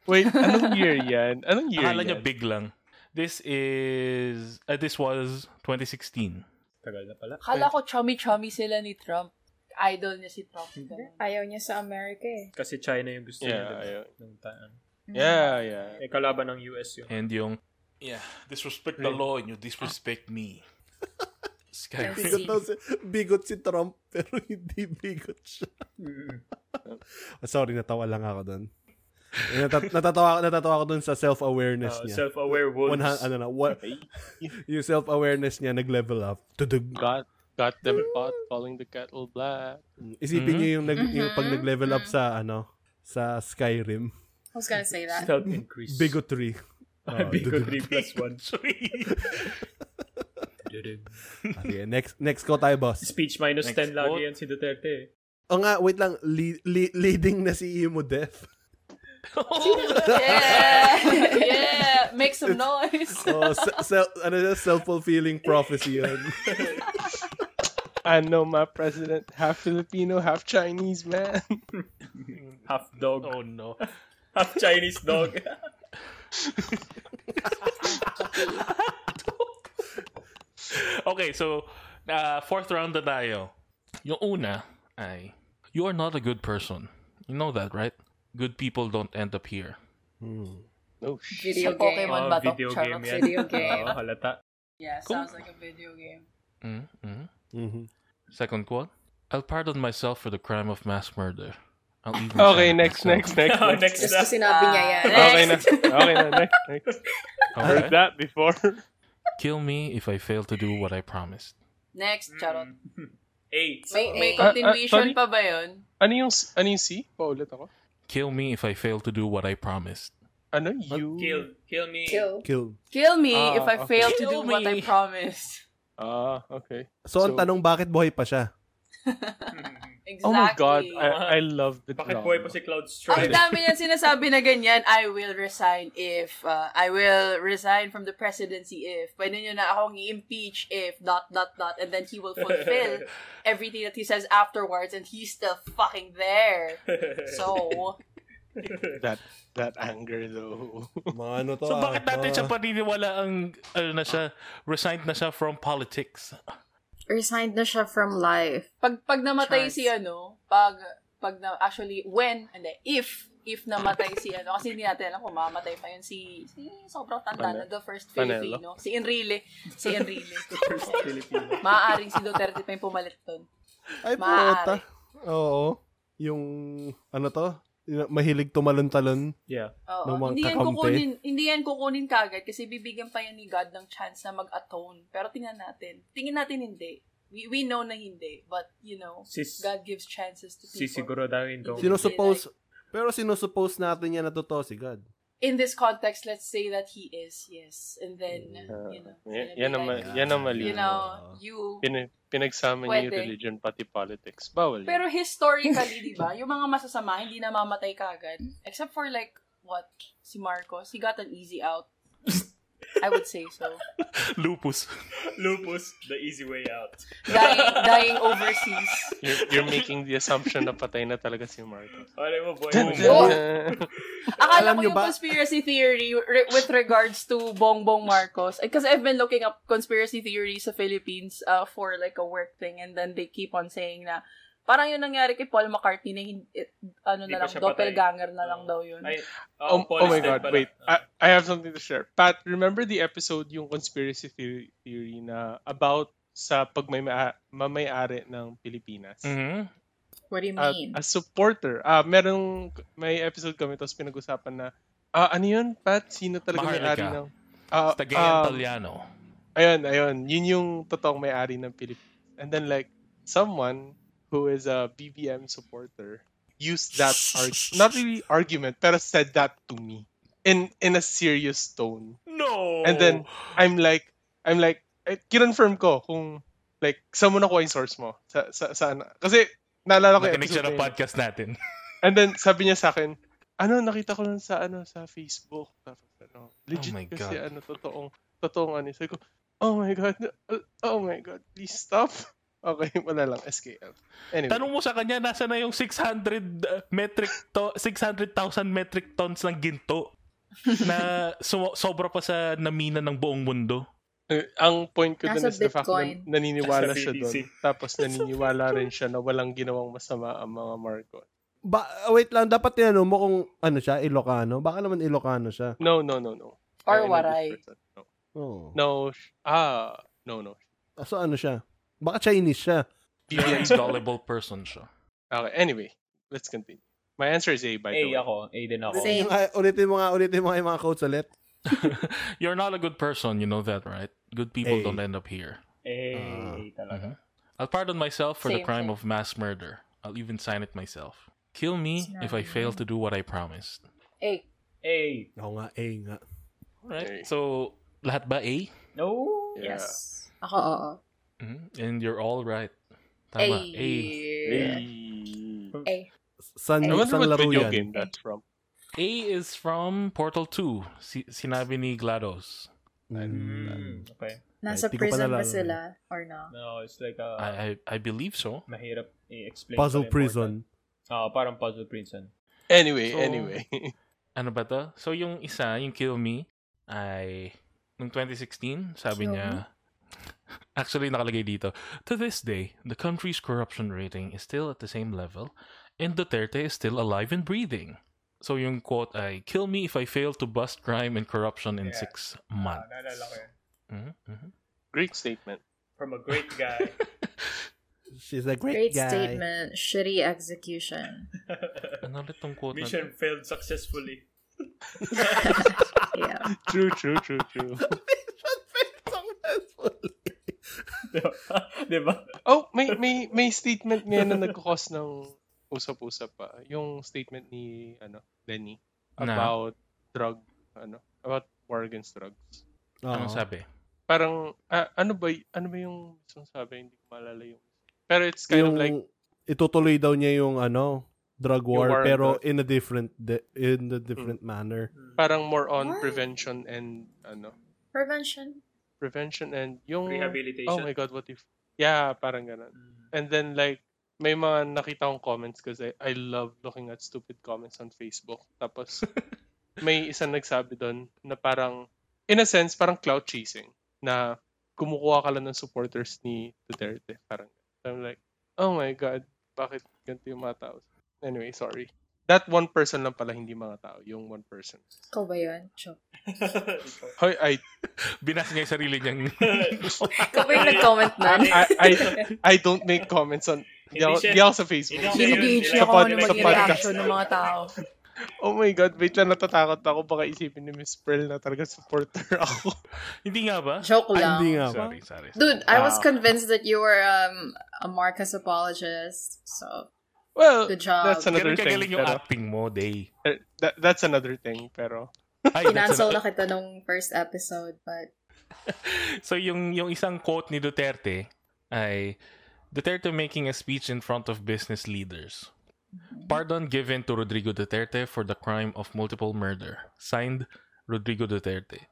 B: Wait, anong year yan? Anong year
A: Akala niya
B: yan?
A: big lang. This is, uh, this was 2016.
D: Tagal na pala.
G: Kala ko chummy-chummy sila ni Trump.
E: idol niya si Trump. Ganun.
G: Ayaw niya sa Amerika eh.
D: Kasi China yung gusto
B: Yeah,
D: niya.
B: ayaw.
D: diba? Nung taan.
B: Yeah, yeah.
D: Eh, kalaban ng US yun.
A: And yung, yeah, disrespect the
B: Right.
A: law and you disrespect me. It's kind of-
C: Bigot,
G: Kasi-
C: daw si, bigot si Trump, pero hindi bigot siya.
D: Mm-mm.
C: Ah, Sorry, natawa lang ako doon. Natat- natatawa, natatawa ako doon sa self-awareness
D: Uh,
C: niya.
D: self-aware wolves.
C: One, ha- ano na, what, yung self-awareness niya nag-level up. Tudug.
B: Got got them pot calling the kettle black.
A: Mhm.
C: Isipin niyo yung, nag, yung pag
G: Mhm.
C: nag-level up sa, ano, sa Skyrim.
G: I was gonna say that.
D: Stealth increase.
C: Bigotry. Ah,
D: Bigo
C: dudug.
D: 3 Uh, plus 1.
C: Okay, next, next ko tayo, boss.
D: Speech minus
A: Next
D: 10 lagi
A: quote.
D: yan si Duterte. eh.
C: O nga, wait lang. Li- li- leading na si Imo Def.
E: Yeah! yeah! Make some noise!
C: Oh, se- self, ano yun, self-fulfilling prophecy yun.
B: I know my president, half Filipino, half Chinese man.
D: Half dog.
A: oh no.
D: Half Chinese dog.
A: Okay, so, uh, fourth round na tayo. Yung una ay, you are not a good person. You know that, right? Good people don't end up here.
B: No shit.
G: Video
E: Sa
G: game.
E: Pokemon
D: Oh,
E: ba to?
D: video
E: Charot.
D: game yan.
G: Video game.
D: Oo, halata.
E: Yeah, sounds like a video game.
A: Mm, mm.
C: Mhm.
A: Second quote, I'll pardon myself for the crime of mass murder. I'll even
B: Okay,
A: save
B: next,
A: myself."
B: next, next,
D: Oh,
B: next.
D: next
G: Gusto
D: na.
G: sinabi niya yan.
B: Okay na,
E: Next.
B: okay na, next, next. Heard
A: Alright.
B: that before.
A: Kill me if I fail to do what I promised.
E: Next, charot.
D: Eight.
E: May, may
B: Ah, ah, sorry?
E: continuation pa ba yun?
B: Ano yung, ano yung C? Paulit ako.
A: Kill me if I fail to do what I promised.
B: Ano? You?
D: Kill. Kill me.
G: Kill.
C: Kill.
E: Kill me
B: Ah,
E: if I
B: okay.
E: fail to do
A: Kill
E: what I
A: me.
E: promised.
B: Ah, okay.
C: So, ang
B: So-
C: tanong, bakit buhay pa siya?
E: Exactly.
B: Oh my god, I, I love the drama.
D: Bakit buhay pa si Cloud
E: Ang
D: Strife?
E: dami niyan sinasabi na ganyan, I will resign if, uh, I will resign from the presidency if, pwede niyo na akong i-impeach if, dot, dot, dot, and then he will fulfill everything that he says afterwards and he's still fucking there. So,
B: That, that anger though.
C: Mga ano to,
A: So
C: ah,
A: bakit natin
C: mga-
A: siya paniniwala ang ano na siya resigned na siya from politics?
G: Resigned na siya from life.
E: pag, pag namatay
G: Charles.
E: si ano, pag, pag na, actually, when, and then if, if namatay si ano, kasi hindi natin alam kung mamatay pa yun si, si sobrang tanda na,
B: Pane-
E: the first
B: Panelo.
E: Filipino, si Enrile, si Enrile.
D: First Filipino.
E: Maaaring si Duterte pa yung pumalit doon.
C: Ay,
E: Maaari.
C: puta. Oo. Yung, ano to? Yung mahilig tumalon-talon.
D: Yeah.
E: Oo.
C: ng mga
E: hindi yan
C: kakampi.
E: kukunin, hindi yan kukunin kagad kasi bibigyan pa yan ni God ng chance na mag-atone. Pero tingnan natin. Tingin natin hindi. We, we know na hindi. But, you know,
D: Sis,
E: God gives chances to people.
D: sisiguraduhin daw.
E: Sino-
C: Sinusuppose, pero sinusuppose natin yan na totoo si God.
E: In this context, let's say that He is, yes. And then,
B: Uh,
E: you know,
B: y-
E: gonna
B: yan
E: be
B: ang, ma-
E: like,
B: yan ang mali.
E: you know, you...
B: Pin- pinagsama niya yung
E: Pwede.
B: religion pati politics. Bawal yun.
E: Pero historically, di ba, yung mga masasama, hindi na mamatay kagad. Except for like, what? Si Marcos, he got an easy out. I would say so.
A: Lupus.
D: Lupus, the easy way out.
E: Dying, dying overseas.
B: You're, you're making the assumption na patay na talaga si Marcos.
D: Alam mo, boy.
E: Oh!
B: Dun-dun.
E: Akala
C: Alam
E: ko
C: niyo
E: yung
C: ba-
E: conspiracy theory re- with regards to Bongbong Marcos. Because I've been looking up conspiracy theories sa Philippines uh, for like a work thing and then they keep on saying na parang yun nangyari kay Paul McCartney na hindi, eh, ano
D: Hindi pa
E: na lang,
D: siya
E: doppelganger na
D: patay.
E: lang daw yun.
D: Ay,
B: oh,
D: Paul
B: oh my
D: is dead
B: God,
D: pala. Ah,
B: wait. I, I have something to share. Pat, remember the episode yung conspiracy theory, theory na about sa pag may mamay-ari ng Pilipinas?
A: Mhm.
G: Mm. What do you
D: Ah,
B: At
G: mean?
B: a supporter. Ah, merong may episode kami tapos pinag-usapan na ah, ano yun, Pat? Sino talaga may-ari
A: Maharlika.
B: ng Ah,
A: Tagayan
B: ah,
A: Taliano.
B: Ayun, ayun. Yun yung totoong may-ari ng Philippines. And then like, someone who is a BBM supporter used that, arg- not really argument, pero said that to me in in a serious tone.
A: No.
B: And then, I'm like, I'm like, eh, kinonfirm ko kung like, saan mo nakuha yung source mo? Sa, sa, saan? Kasi, naalala ko yung
A: nakinig siya
B: episode
A: ng
B: na yun.
A: podcast natin.
B: And then, sabi niya sa akin, ano, nakita ko lang sa, ano, sa Facebook. Tapos, ano, legit
A: my
B: kasi,
A: God.
B: ano, totoong, totoong, ano, sabi ko, oh my God, uh, oh my God, please stop. Okay, wala lang, SKL. Anyway,
A: Tanong mo sa kanya, nasa na yung 600 metric to 600,000 metric tons ng ginto na so- sobra pa sa namina ng buong mundo.
B: Eh, ang point ko dun
E: Nasa
B: is the fact na
E: Bitcoin.
B: naniniwala
D: Nasa
B: siya dun.
D: BTC.
B: Tapos naniniwala rin siya na walang ginawang masama ang mga Marcos.
C: Ba, wait lang, dapat tinanong mo kung ano siya, Ilocano. Baka naman Ilocano siya.
B: No, no, no, no. I
G: Or
B: know this
G: waray.
B: person. No.
C: Oh.
B: No, sh- ah, no, no.
C: So ano siya? Baka Chinese siya.
A: Very
B: BBM.
A: gullible person siya.
B: okay, anyway, let's continue. My answer is A, by
D: A
B: the way.
D: ako. A din ako.
E: Same.
C: Yung, ah, ulitin mo nga, ulitin mo nga yung mga quotes ulit.
A: You're not a good person, you know that, right? Good people
C: Hey.
A: don't end up here.
D: A,
C: Ah.
D: A talaga.
A: Mhm. I'll pardon myself for the
G: Same,
A: crime of
G: same.
A: mass murder. I'll even sign it myself. Kill me
E: It's not
A: if I fail
E: me.
A: to do what I promised.
G: Eh,
D: A.
C: Oo nga, A nga.
A: Right?
B: Okay.
A: So, lahat ba A?
D: No.
B: Yeah.
E: Yes. Ako, oo. Eh,
A: Mhm. And you're all right.
E: Ay.
A: Tama. A.
D: Eh.
E: Yeah.
B: Ay.
E: eh,
B: I
C: San,
B: wonder
C: san
B: what
C: laro
B: video
C: yan?
B: game that's from.
A: A is from Portal 2. Si sinabi ni GLaDOS.
D: Mm, okay.
E: Nasa
C: Ay, di ko pa
E: prison ba
C: nalala.
E: sila? Or no?
D: No, it's like a...
A: I, I I believe so.
D: mahirap i-explain.
C: Puzzle
D: pala yung
C: Prison.
D: portal. Ah, parang puzzle prison.
B: Anyway,
A: So-
B: anyway.
A: Ano ba to? So, yung isa, yung Kill Me, ay... Nung 2016, sabi
E: Kill
A: niya... Actually, nakalagay dito. To this day, the country's corruption rating is still at the same level and Duterte is still alive and breathing. So, yung quote ay, Kill me if I fail to bust crime and corruption in
D: Yeah.
A: six
D: Ah,
A: months.
D: naalala ko yun.
A: Mhm, mhm.
B: Great statement.
D: From a great guy.
C: She's a great,
E: Great
C: guy.
E: statement. Shitty execution.
A: Ano ulit tong quote na
D: Mission failed successfully.
E: Yeah.
B: True, true, true, true.
D: diba? diba?
B: Oh, may may may statement niya na nagkakos ng usap-usap pa. Yung statement ni ano, Lenny
A: Na?
B: about drug ano, about war against drugs.
C: Oo.
A: Anong sabi?
B: Parang ah, ano ba y- ano ba yung mismong sabi hindi ko maalala yung. Pero it's kind of
C: Yung
B: like
C: itutuloy daw niya yung ano, drug
B: Yung
C: war,
B: war on
C: pero
B: drugs.
C: in a different de- in a different manner.
B: parang more on
E: What?
B: prevention and ano,
E: Prevention.
B: prevention and yung
D: Rehabilitation.
B: Oh my god, what if Yeah, parang ganun.
D: Mm.
B: And then like may mga nakita akong comments kasi I, I love looking at stupid comments on Facebook. Tapos may isang nagsabi doon na parang in a sense parang clout chasing na kumukuha ka lang ng supporters ni Duterte. Parang I'm like, oh my god, bakit ganito yung mga tao? Anyway, sorry. That one person lang pala, hindi mga tao. Yung one person.
E: Ikaw ba yun? Joke.
B: Hoy, I,
A: Binasa niya yung sarili niyang...
E: Ikaw ba yung nag-comment nun?
B: I, I, I don't make comments on... Hindi ako,
D: siya-
B: di ako sa Facebook.
D: hindi ako-
G: engage
B: Sa pod-
G: na ako ng
B: sa
G: maging
B: podcast.
G: reaction ng mga tao.
B: Oh my God, wait lang, natatakot ako. Baka isipin ni Miss Pearl na talaga supporter ako.
A: Hindi nga ba?
E: Joke
C: Ay,
E: lang.
C: hindi nga ba?
A: Sorry, sorry.
E: Dude, I was
B: Ah.
E: convinced that you were um, a Marcos apologist. So,
B: Well,
E: Good job.
B: that's
A: Ganun
B: another thing.
A: kagaling yung
B: Pero,
A: acting mo, day.
B: eh, that- that's another thing, pero...
A: Ay, that's
E: kinansel
A: an-
E: na kita nung first episode. But,
A: so yung yung isang quote ni Duterte ay Duterte making a speech in front of business leaders. Pardon given to Rodrigo Duterte for the crime of multiple murder. Signed Rodrigo Duterte.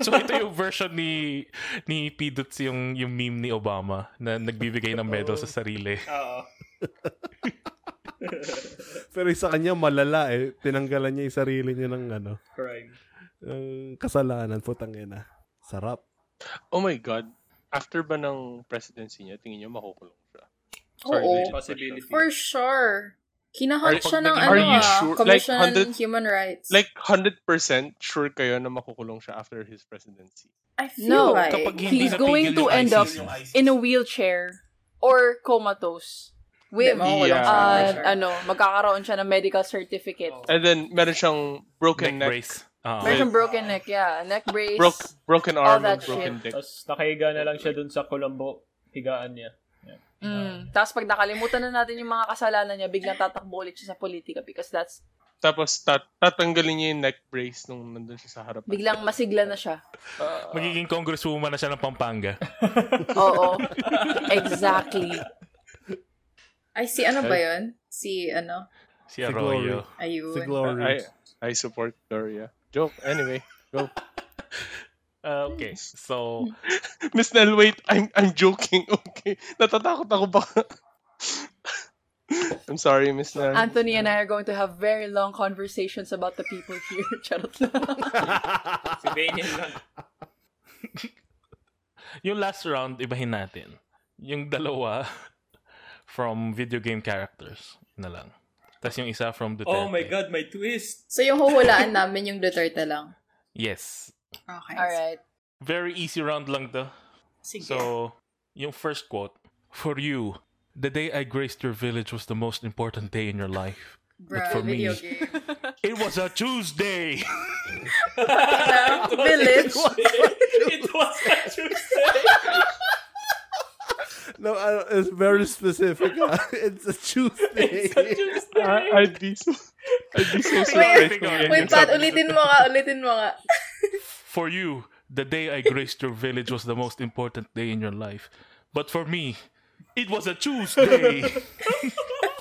A: So ito yung version ni ni Pidut yung yung meme ni Obama na nagbibigay ng medal sa sarili.
D: Oo.
C: Pero yung sa kanya malala eh, tinanggalan niya yung sarili niya ng ano,
D: Crime.
C: ng kasalanan putang ina. Sarap.
B: Oh my God. After ba ng presidency niya, tingin niyo makukulong siya?
E: oo.
D: Possibility.
E: For sure.
B: Are-
E: Kinahunt siya ng
A: Are
E: ano,
A: you
E: ah,
B: sure? Like,
E: Commission on
B: 100
E: Human Rights.
B: Like, 100% sure kayo na makukulong siya after his presidency.
E: I feel
G: No.
E: like
A: Kapag hindi
G: He's
A: napigil
G: going
A: yung
G: to end up
A: ICC.
G: in a wheelchair or comatose with
E: Hindi, makukulong
B: Yeah.
E: siya,
G: uh,
E: for sure.
G: ano, magkakaroon siya ng medical certificate.
D: Oh.
B: And then, meron siyang
A: Neck
B: broken neck,
A: brace. Ah.
G: Meron siyang broken neck, yeah. Neck brace.
B: broke, broken arm,
G: that
B: and broken dick.
D: Tapos nakahiga na lang siya dun sa Colombo. Higaan niya.
G: Mm. Tapos pag nakalimutan na natin yung mga kasalanan niya, biglang tatakbo ulit siya sa politika because that's,
B: Tapos, tat tatanggalin niya yung neck brace nung nandun siya sa harapan.
G: biglang masigla na siya.
A: Magiging congresswoman na siya ng Pampanga.
G: Oo. exactly.
E: Ay, si ano ba yun? Si ano?
A: Si
C: Si
A: Arroyo.
E: Ayun.
C: Si Glory.
B: I, I support Gloria. Joke. Anyway.
A: Ah, okay. So,
B: Miss Nell, wait. I'm, I'm joking. Okay. Natatakot ako baka. I'm sorry, Miss Nell.
G: Anthony and I are going to have very long conversations about the people here. Charot lang.
D: Si Daniel lang.
A: Yung last round, ibahin natin. Yung dalawa from video game characters na lang. Tapos yung isa from Duterte.
D: Oh my God, may twist!
E: So yung huhulaan namin yung Duterte lang.
A: Yes.
F: Okay.
G: Alright.
A: Very easy round lang to.
F: Sige.
A: So, yung first quote. For you, the day I graced your village was the most important day in your life.
E: Bro,
A: for me.
E: video game.
A: It was a Tuesday!
E: Village.
D: It was a Tuesday!
C: No, I- it's very specific. ah. it's a Tuesday.
D: It's a Tuesday!
B: I, I'd be so, I'd be so
E: Wait,
B: surprised kung yun
E: wait,
B: yung sabi
E: Pat,
B: niya.
E: ulitin mo nga, ulitin mo nga.
A: For you, the day I graced your village was the most important day in your life. But for me, it was a Tuesday!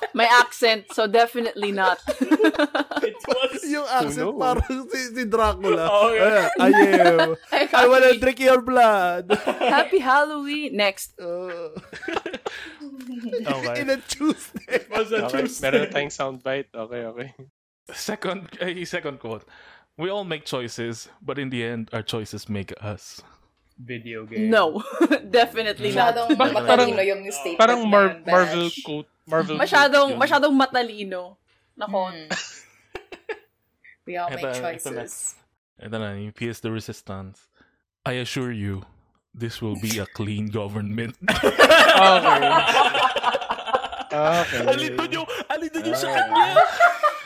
G: May accent, so definitely not.
D: It was...
C: yung accent
B: Who knows?
C: parang si, si Dracula.
D: Oh, yeah.
C: Ah, I am.
G: I,
C: I wanna drink your blood.
G: Happy Halloween! Next.
B: Oh.
C: Uh,
A: Okay.
C: In a Tuesday.
D: It was a
B: Okay,
D: Tuesday.
B: meron na tayong soundbite. Okay, okay.
A: Second, eh, second quote. We all make choices, but in the end, our choices make us.
D: Video game.
G: No. definitely not.
E: Masyadong
B: Parang-
E: matalino yung statement
B: Parang
E: na
B: Mar-
E: yun, Bash.
B: Marvel quote. Marvel
G: Masyadong,
A: Yun.
G: masyadong matalino. Nako.
E: Hmm. We all make
A: Ito, ito na.
E: choices.
A: Ito na, yung PS uh, The Resistance. I assure you, this will be a clean government.
B: Okay. Okay.
A: yung, alito yung sa kanya.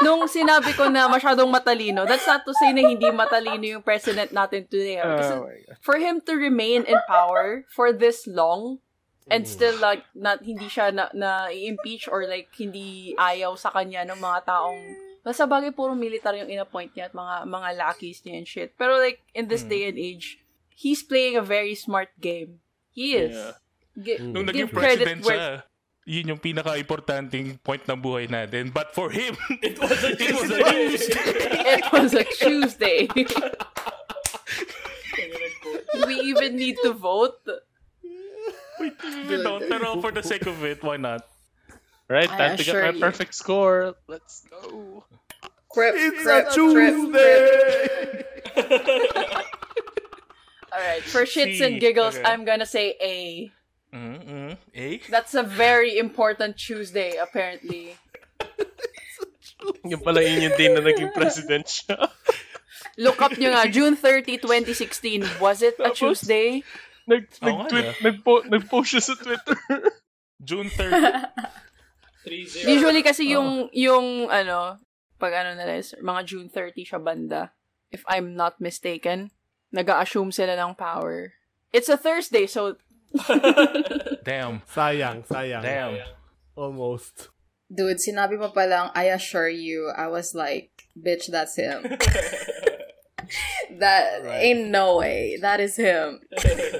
G: Nung sinabi ko na masyadong matalino, that's not to say na hindi matalino yung president natin today. ah. Kasi
B: Oh my God.
G: for him to remain in power for this long
A: Mm.
G: and still like not hindi siya na, na impeach or like hindi ayaw sa kanya ng mga taong basta bagay puro military yung inappoint niya at mga mga lackeys niya and shit. Pero like in this
A: Mm.
G: day and age, he's playing a very smart game. He is.
B: Yeah.
G: Gi-
A: Nung naging
G: Give credit
A: president siya,
G: where-
A: yun yung pinaka-importanting point ng buhay natin. But for him, it was a Tuesday.
G: It was a Tuesday. Do we even need to vote?
A: You know, pero for the sake of it, why not?
B: Right,
E: I
B: time to get
E: assure
B: my
E: you.
B: perfect score. Let's go.
E: Crip,
C: It's a
E: crip, crip, crip.
C: Tuesday.
G: All right, for shits
A: See,
G: and giggles,
A: okay.
G: I'm gonna say A.
A: Mm-mm. Eh?
G: That's a very important Tuesday, apparently.
B: Yung pala yun yung day na naging president siya.
G: Look up nyo nga, June 30, 2016. Was it a
B: Tapos-
G: Tuesday?
B: Nag,
A: Oo nga,
B: nag-tweet,
A: yeah.
B: nagpo, nagpost siya sa Twitter.
A: June 30.
D: 3-0.
G: Usually
A: Oh.
G: kasi yung, yung ano, pag ano na rin, mga June 30 siya banda. If I'm not mistaken, nag assume sila ng power. It's a Thursday, so
A: Damn.
C: Sayang, sayang.
A: Damn.
C: Almost.
E: Dude, sinabi mo pa lang, I assure you, I was like, bitch, that's him. that
C: Alright.
E: ain't no way. That is him.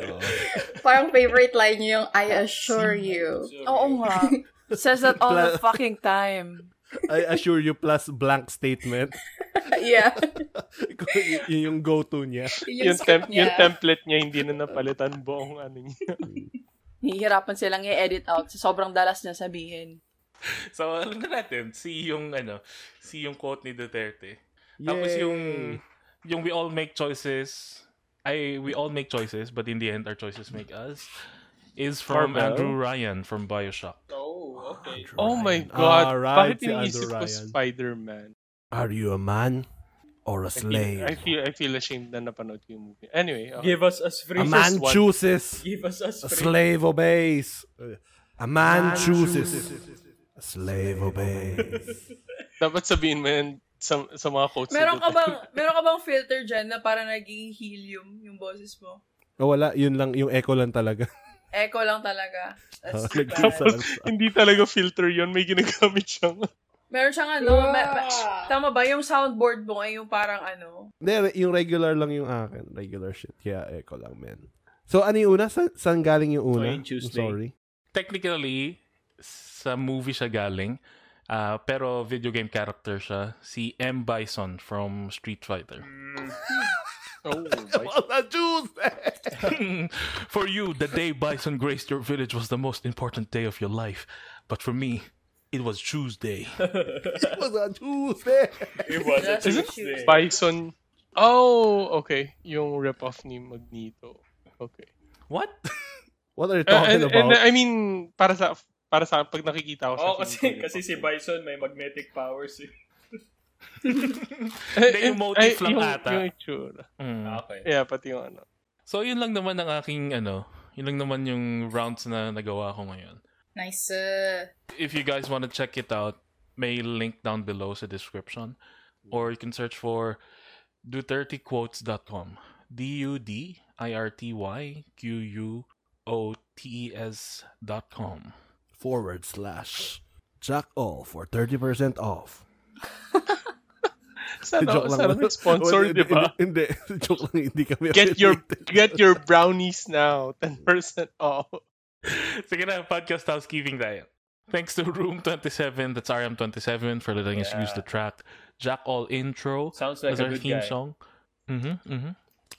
E: Parang favorite line niyo yung, I assure you.
G: oo nga. Says that all the fucking time.
C: I assure you plus blank statement.
E: yeah.
C: Y- yun yung go-to niya.
B: yung,
E: script
B: tem- yung template niya hindi na napalitan buong ano niya.
G: Hihirapan silang i-edit out sa sobrang dalas niya sabihin.
A: So, alam na natin, si yung, ano, si yung quote ni Duterte. Tapos
C: Yay.
A: yung, yung we all make choices, I, we all make choices, but in the end, our choices make us, is from
B: Carvel?
A: Andrew Ryan from Bioshock.
D: Oh, okay.
B: Oh my
C: Ryan.
B: God.
C: Alright, Ah,
B: Bakit
C: si
B: iniisip
C: Andrew
B: ko
C: Ryan.
B: Spider-Man?
C: Are you a man or a
B: I feel, I feel I feel ashamed na napanood ko yung movie. Anyway, okay.
D: Give us as free.
C: A man
B: one.
C: chooses,
D: Give us as
C: a
D: free.
C: slave obeys. A man chooses, a slave obeys.
B: dapat sabihin mo yan sa, sa mga quotes. na
F: Meron ka
B: dito.
F: bang meron ka bang filter dyan na para naging helium yung boses mo?
C: Oh, wala, yun lang, yung echo lang talaga.
F: Echo lang talaga.
C: Oh,
F: That's too bad.
B: Tapos, hindi talaga filter yon May ginagamit siyang
F: Meron siyang ano, ma- ma- tama ba yung soundboard mo ay yung parang ano?
C: Hindi, re- yung regular lang yung akin. Regular shit. Kaya echo lang, man. So, ano yung una? Sa, saan galing yung una?
D: So, yung Tuesday.
C: I'm sorry.
A: Technically, sa movie siya galing, ah, pero video game character siya, si M. Bison from Street Fighter.
B: Oh,
C: a Tuesday!
A: for you, the day Bison graced your village was the most important day of your life. But for me, it was Tuesday.
C: It was a Tuesday!
D: It was a
F: Isn't-
D: Tuesday.
B: Bison. Oh, okay. Yung rip-off ni Magneto. Okay.
A: What?
C: What are you
B: Uh, and,
C: talking
B: and,
C: about?
B: I mean, para sa para sa pag nakikita ko siya.
D: Oo, Oh, kasi,
B: feeling ko.
D: kasi si Bison may magnetic powers eh.
B: Eh,
A: Hindi, yung motif
B: eh, eh,
A: lang
B: yung,
A: ata.
B: Yung itsura.
A: Mm.
D: Okay.
B: Yeah, pati yung ano.
A: So, yun lang naman ang aking, ano, yun lang naman yung rounds na nagawa ko ngayon.
E: Nice. uh,
A: If you guys want to check it out, may link down below sa description. Or you can search for dutertequotes.com. D-U-D-I-R-T-Y-Q-U-O-T-E-S E dot com.
C: Forward slash Jack All for 30% off.
B: Sana,
C: Joke lang
B: sana
C: naman.
B: may Ano? sponsor,
C: Hindi,
B: di ba?
C: Hindi, hindi. joke lang, hindi kami
B: Get your
C: affiliated.
B: get your brownies now. 10% off.
A: Sige na, podcast housekeeping tayo. Thanks to Room 27, that's RM27, for letting us
D: Yeah.
A: use the track Jack All Intro
D: Sounds
A: as
D: like a
A: our
D: good
A: theme
D: guy.
A: song. hmm
B: Mm-hmm,
A: hmm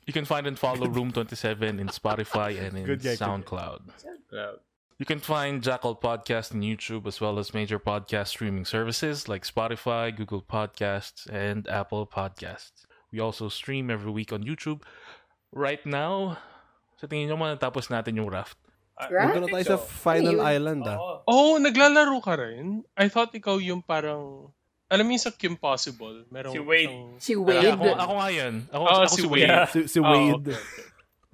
A: You can find and follow Room 27 in Spotify and in
C: Good guy, good guy.
A: SoundCloud.
D: Cloud.
A: You can find Jackal Podcast on YouTube as well as major podcast streaming services like Spotify, Google Podcasts, and Apple Podcasts. We also stream every week on YouTube. Right now, sa tingin nyo matatapos natin yung raft.
D: Ah,
E: Right?
C: Punta na tayo sa
D: so.
C: Final
E: Ayun.
C: Island ah.
D: Oo.
B: Oh, naglalaro ka rin? I thought ikaw yung parang... Alam mo yung sa Kim Possible? Merong
D: Si Wade.
B: isang-
G: Si
A: Kaya ako,
G: Wade.
A: ako nga yun. Ako,
B: Oh,
A: ako
B: si
A: si
B: Wade.
A: Wade.
D: Yeah.
C: Si, si
B: Oh,
C: Wade.
B: okay, okay.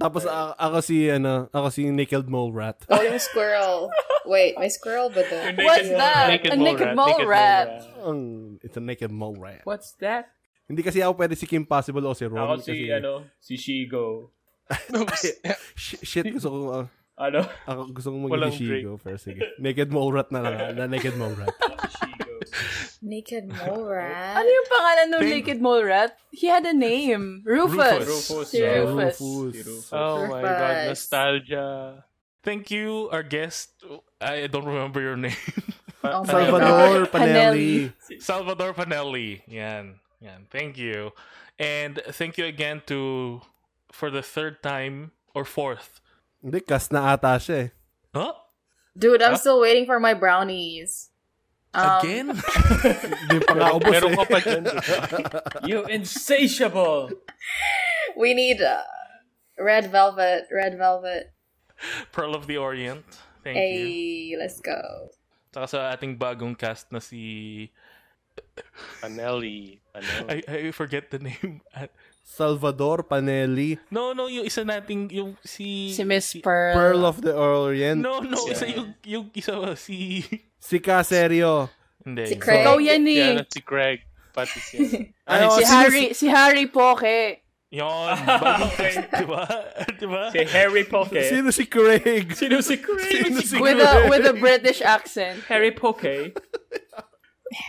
C: Tapos a- ako si, ano, ako si Nickel Mole Rat.
E: Oh, yung squirrel. Wait, may squirrel ba
D: Yung
E: doon?
G: What's
D: naked-
G: that?
B: naked
G: a
B: mole rat, naked mole
G: naked mole rat.
C: Ang- It's a Naked Mole Rat.
G: What's that?
C: Hindi kasi ako pwede si Kim Possible o si Ron.
D: Ako si,
C: kasi-
D: ano, si Shigo.
C: Sh- shit, gusto ko, ah,
D: Ano?
C: ako gusto kong
B: Walang
C: maging Shigo first. Sige. Naked Mole Rat na lang. ah, Na Naked Mole Rat.
D: Shigo.
E: Naked mole rat.
G: Ano yung pangalan ng
A: Think-
G: naked mole rat? He had a name. Rufus.
A: Rufus.
G: Si
D: Yeah.
G: Rufus.
D: Si Rufus.
B: Oh my God,
E: Surprise.
B: nostalgia.
A: Thank you, our guest. I don't remember your name.
E: Oh my
C: Salvador
G: God.
C: Panelli.
A: Salvador Panelli. Yan. Yan. Thank you. And thank you again to, for the third time or fourth.
C: Hindi, cast na ata siya eh.
A: Huh?
E: Dude, I'm still waiting for my brownies. Um,
A: Again?
C: Hindi pa nga ubos
B: Meron
C: eh.
B: ka pa dyan. di ba?
D: You insatiable!
E: We need uh, red velvet. Red velvet.
A: Pearl of the Orient. Thank you.
E: Hey, let's go.
A: Saka sa ating bagong cast na si...
B: Panelli. Panelli.
A: I, I forget the name. At-
C: Salvador Panelli.
A: No, no. Yung isa nating... Yung si...
G: Si Miss Pearl.
C: Pearl of the Orient.
A: No, no.
B: Si-
A: Isa yung, yung isa si...
C: Si Caserio.
A: Hindi.
E: Si Craig.
G: Ikaw yan eh.
B: Yeah, that's si Craig. Pati si...
C: Ay,
G: Si
C: oh,
G: Harry, si Harry Poke.
A: Yon.
D: Okay.
A: diba? Diba?
D: Si Harry Poke.
C: Sino si Craig?
D: Sino si Craig?
C: Sino si
G: With a, with a British accent.
D: Harry Poke.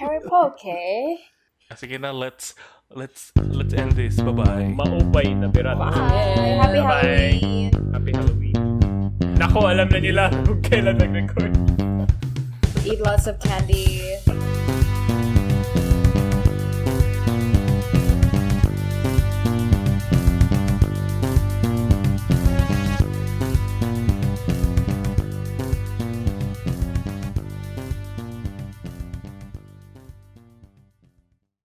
E: Harry Poke.
A: Sige na, let's... Let's let's end this. Bye-bye.
D: Maupay na pirata.
E: Bye. Happy
D: Bye.
E: Halloween.
D: Happy Halloween. Nako, alam na nila kung kailan nag-record.
E: Eat lots of candy.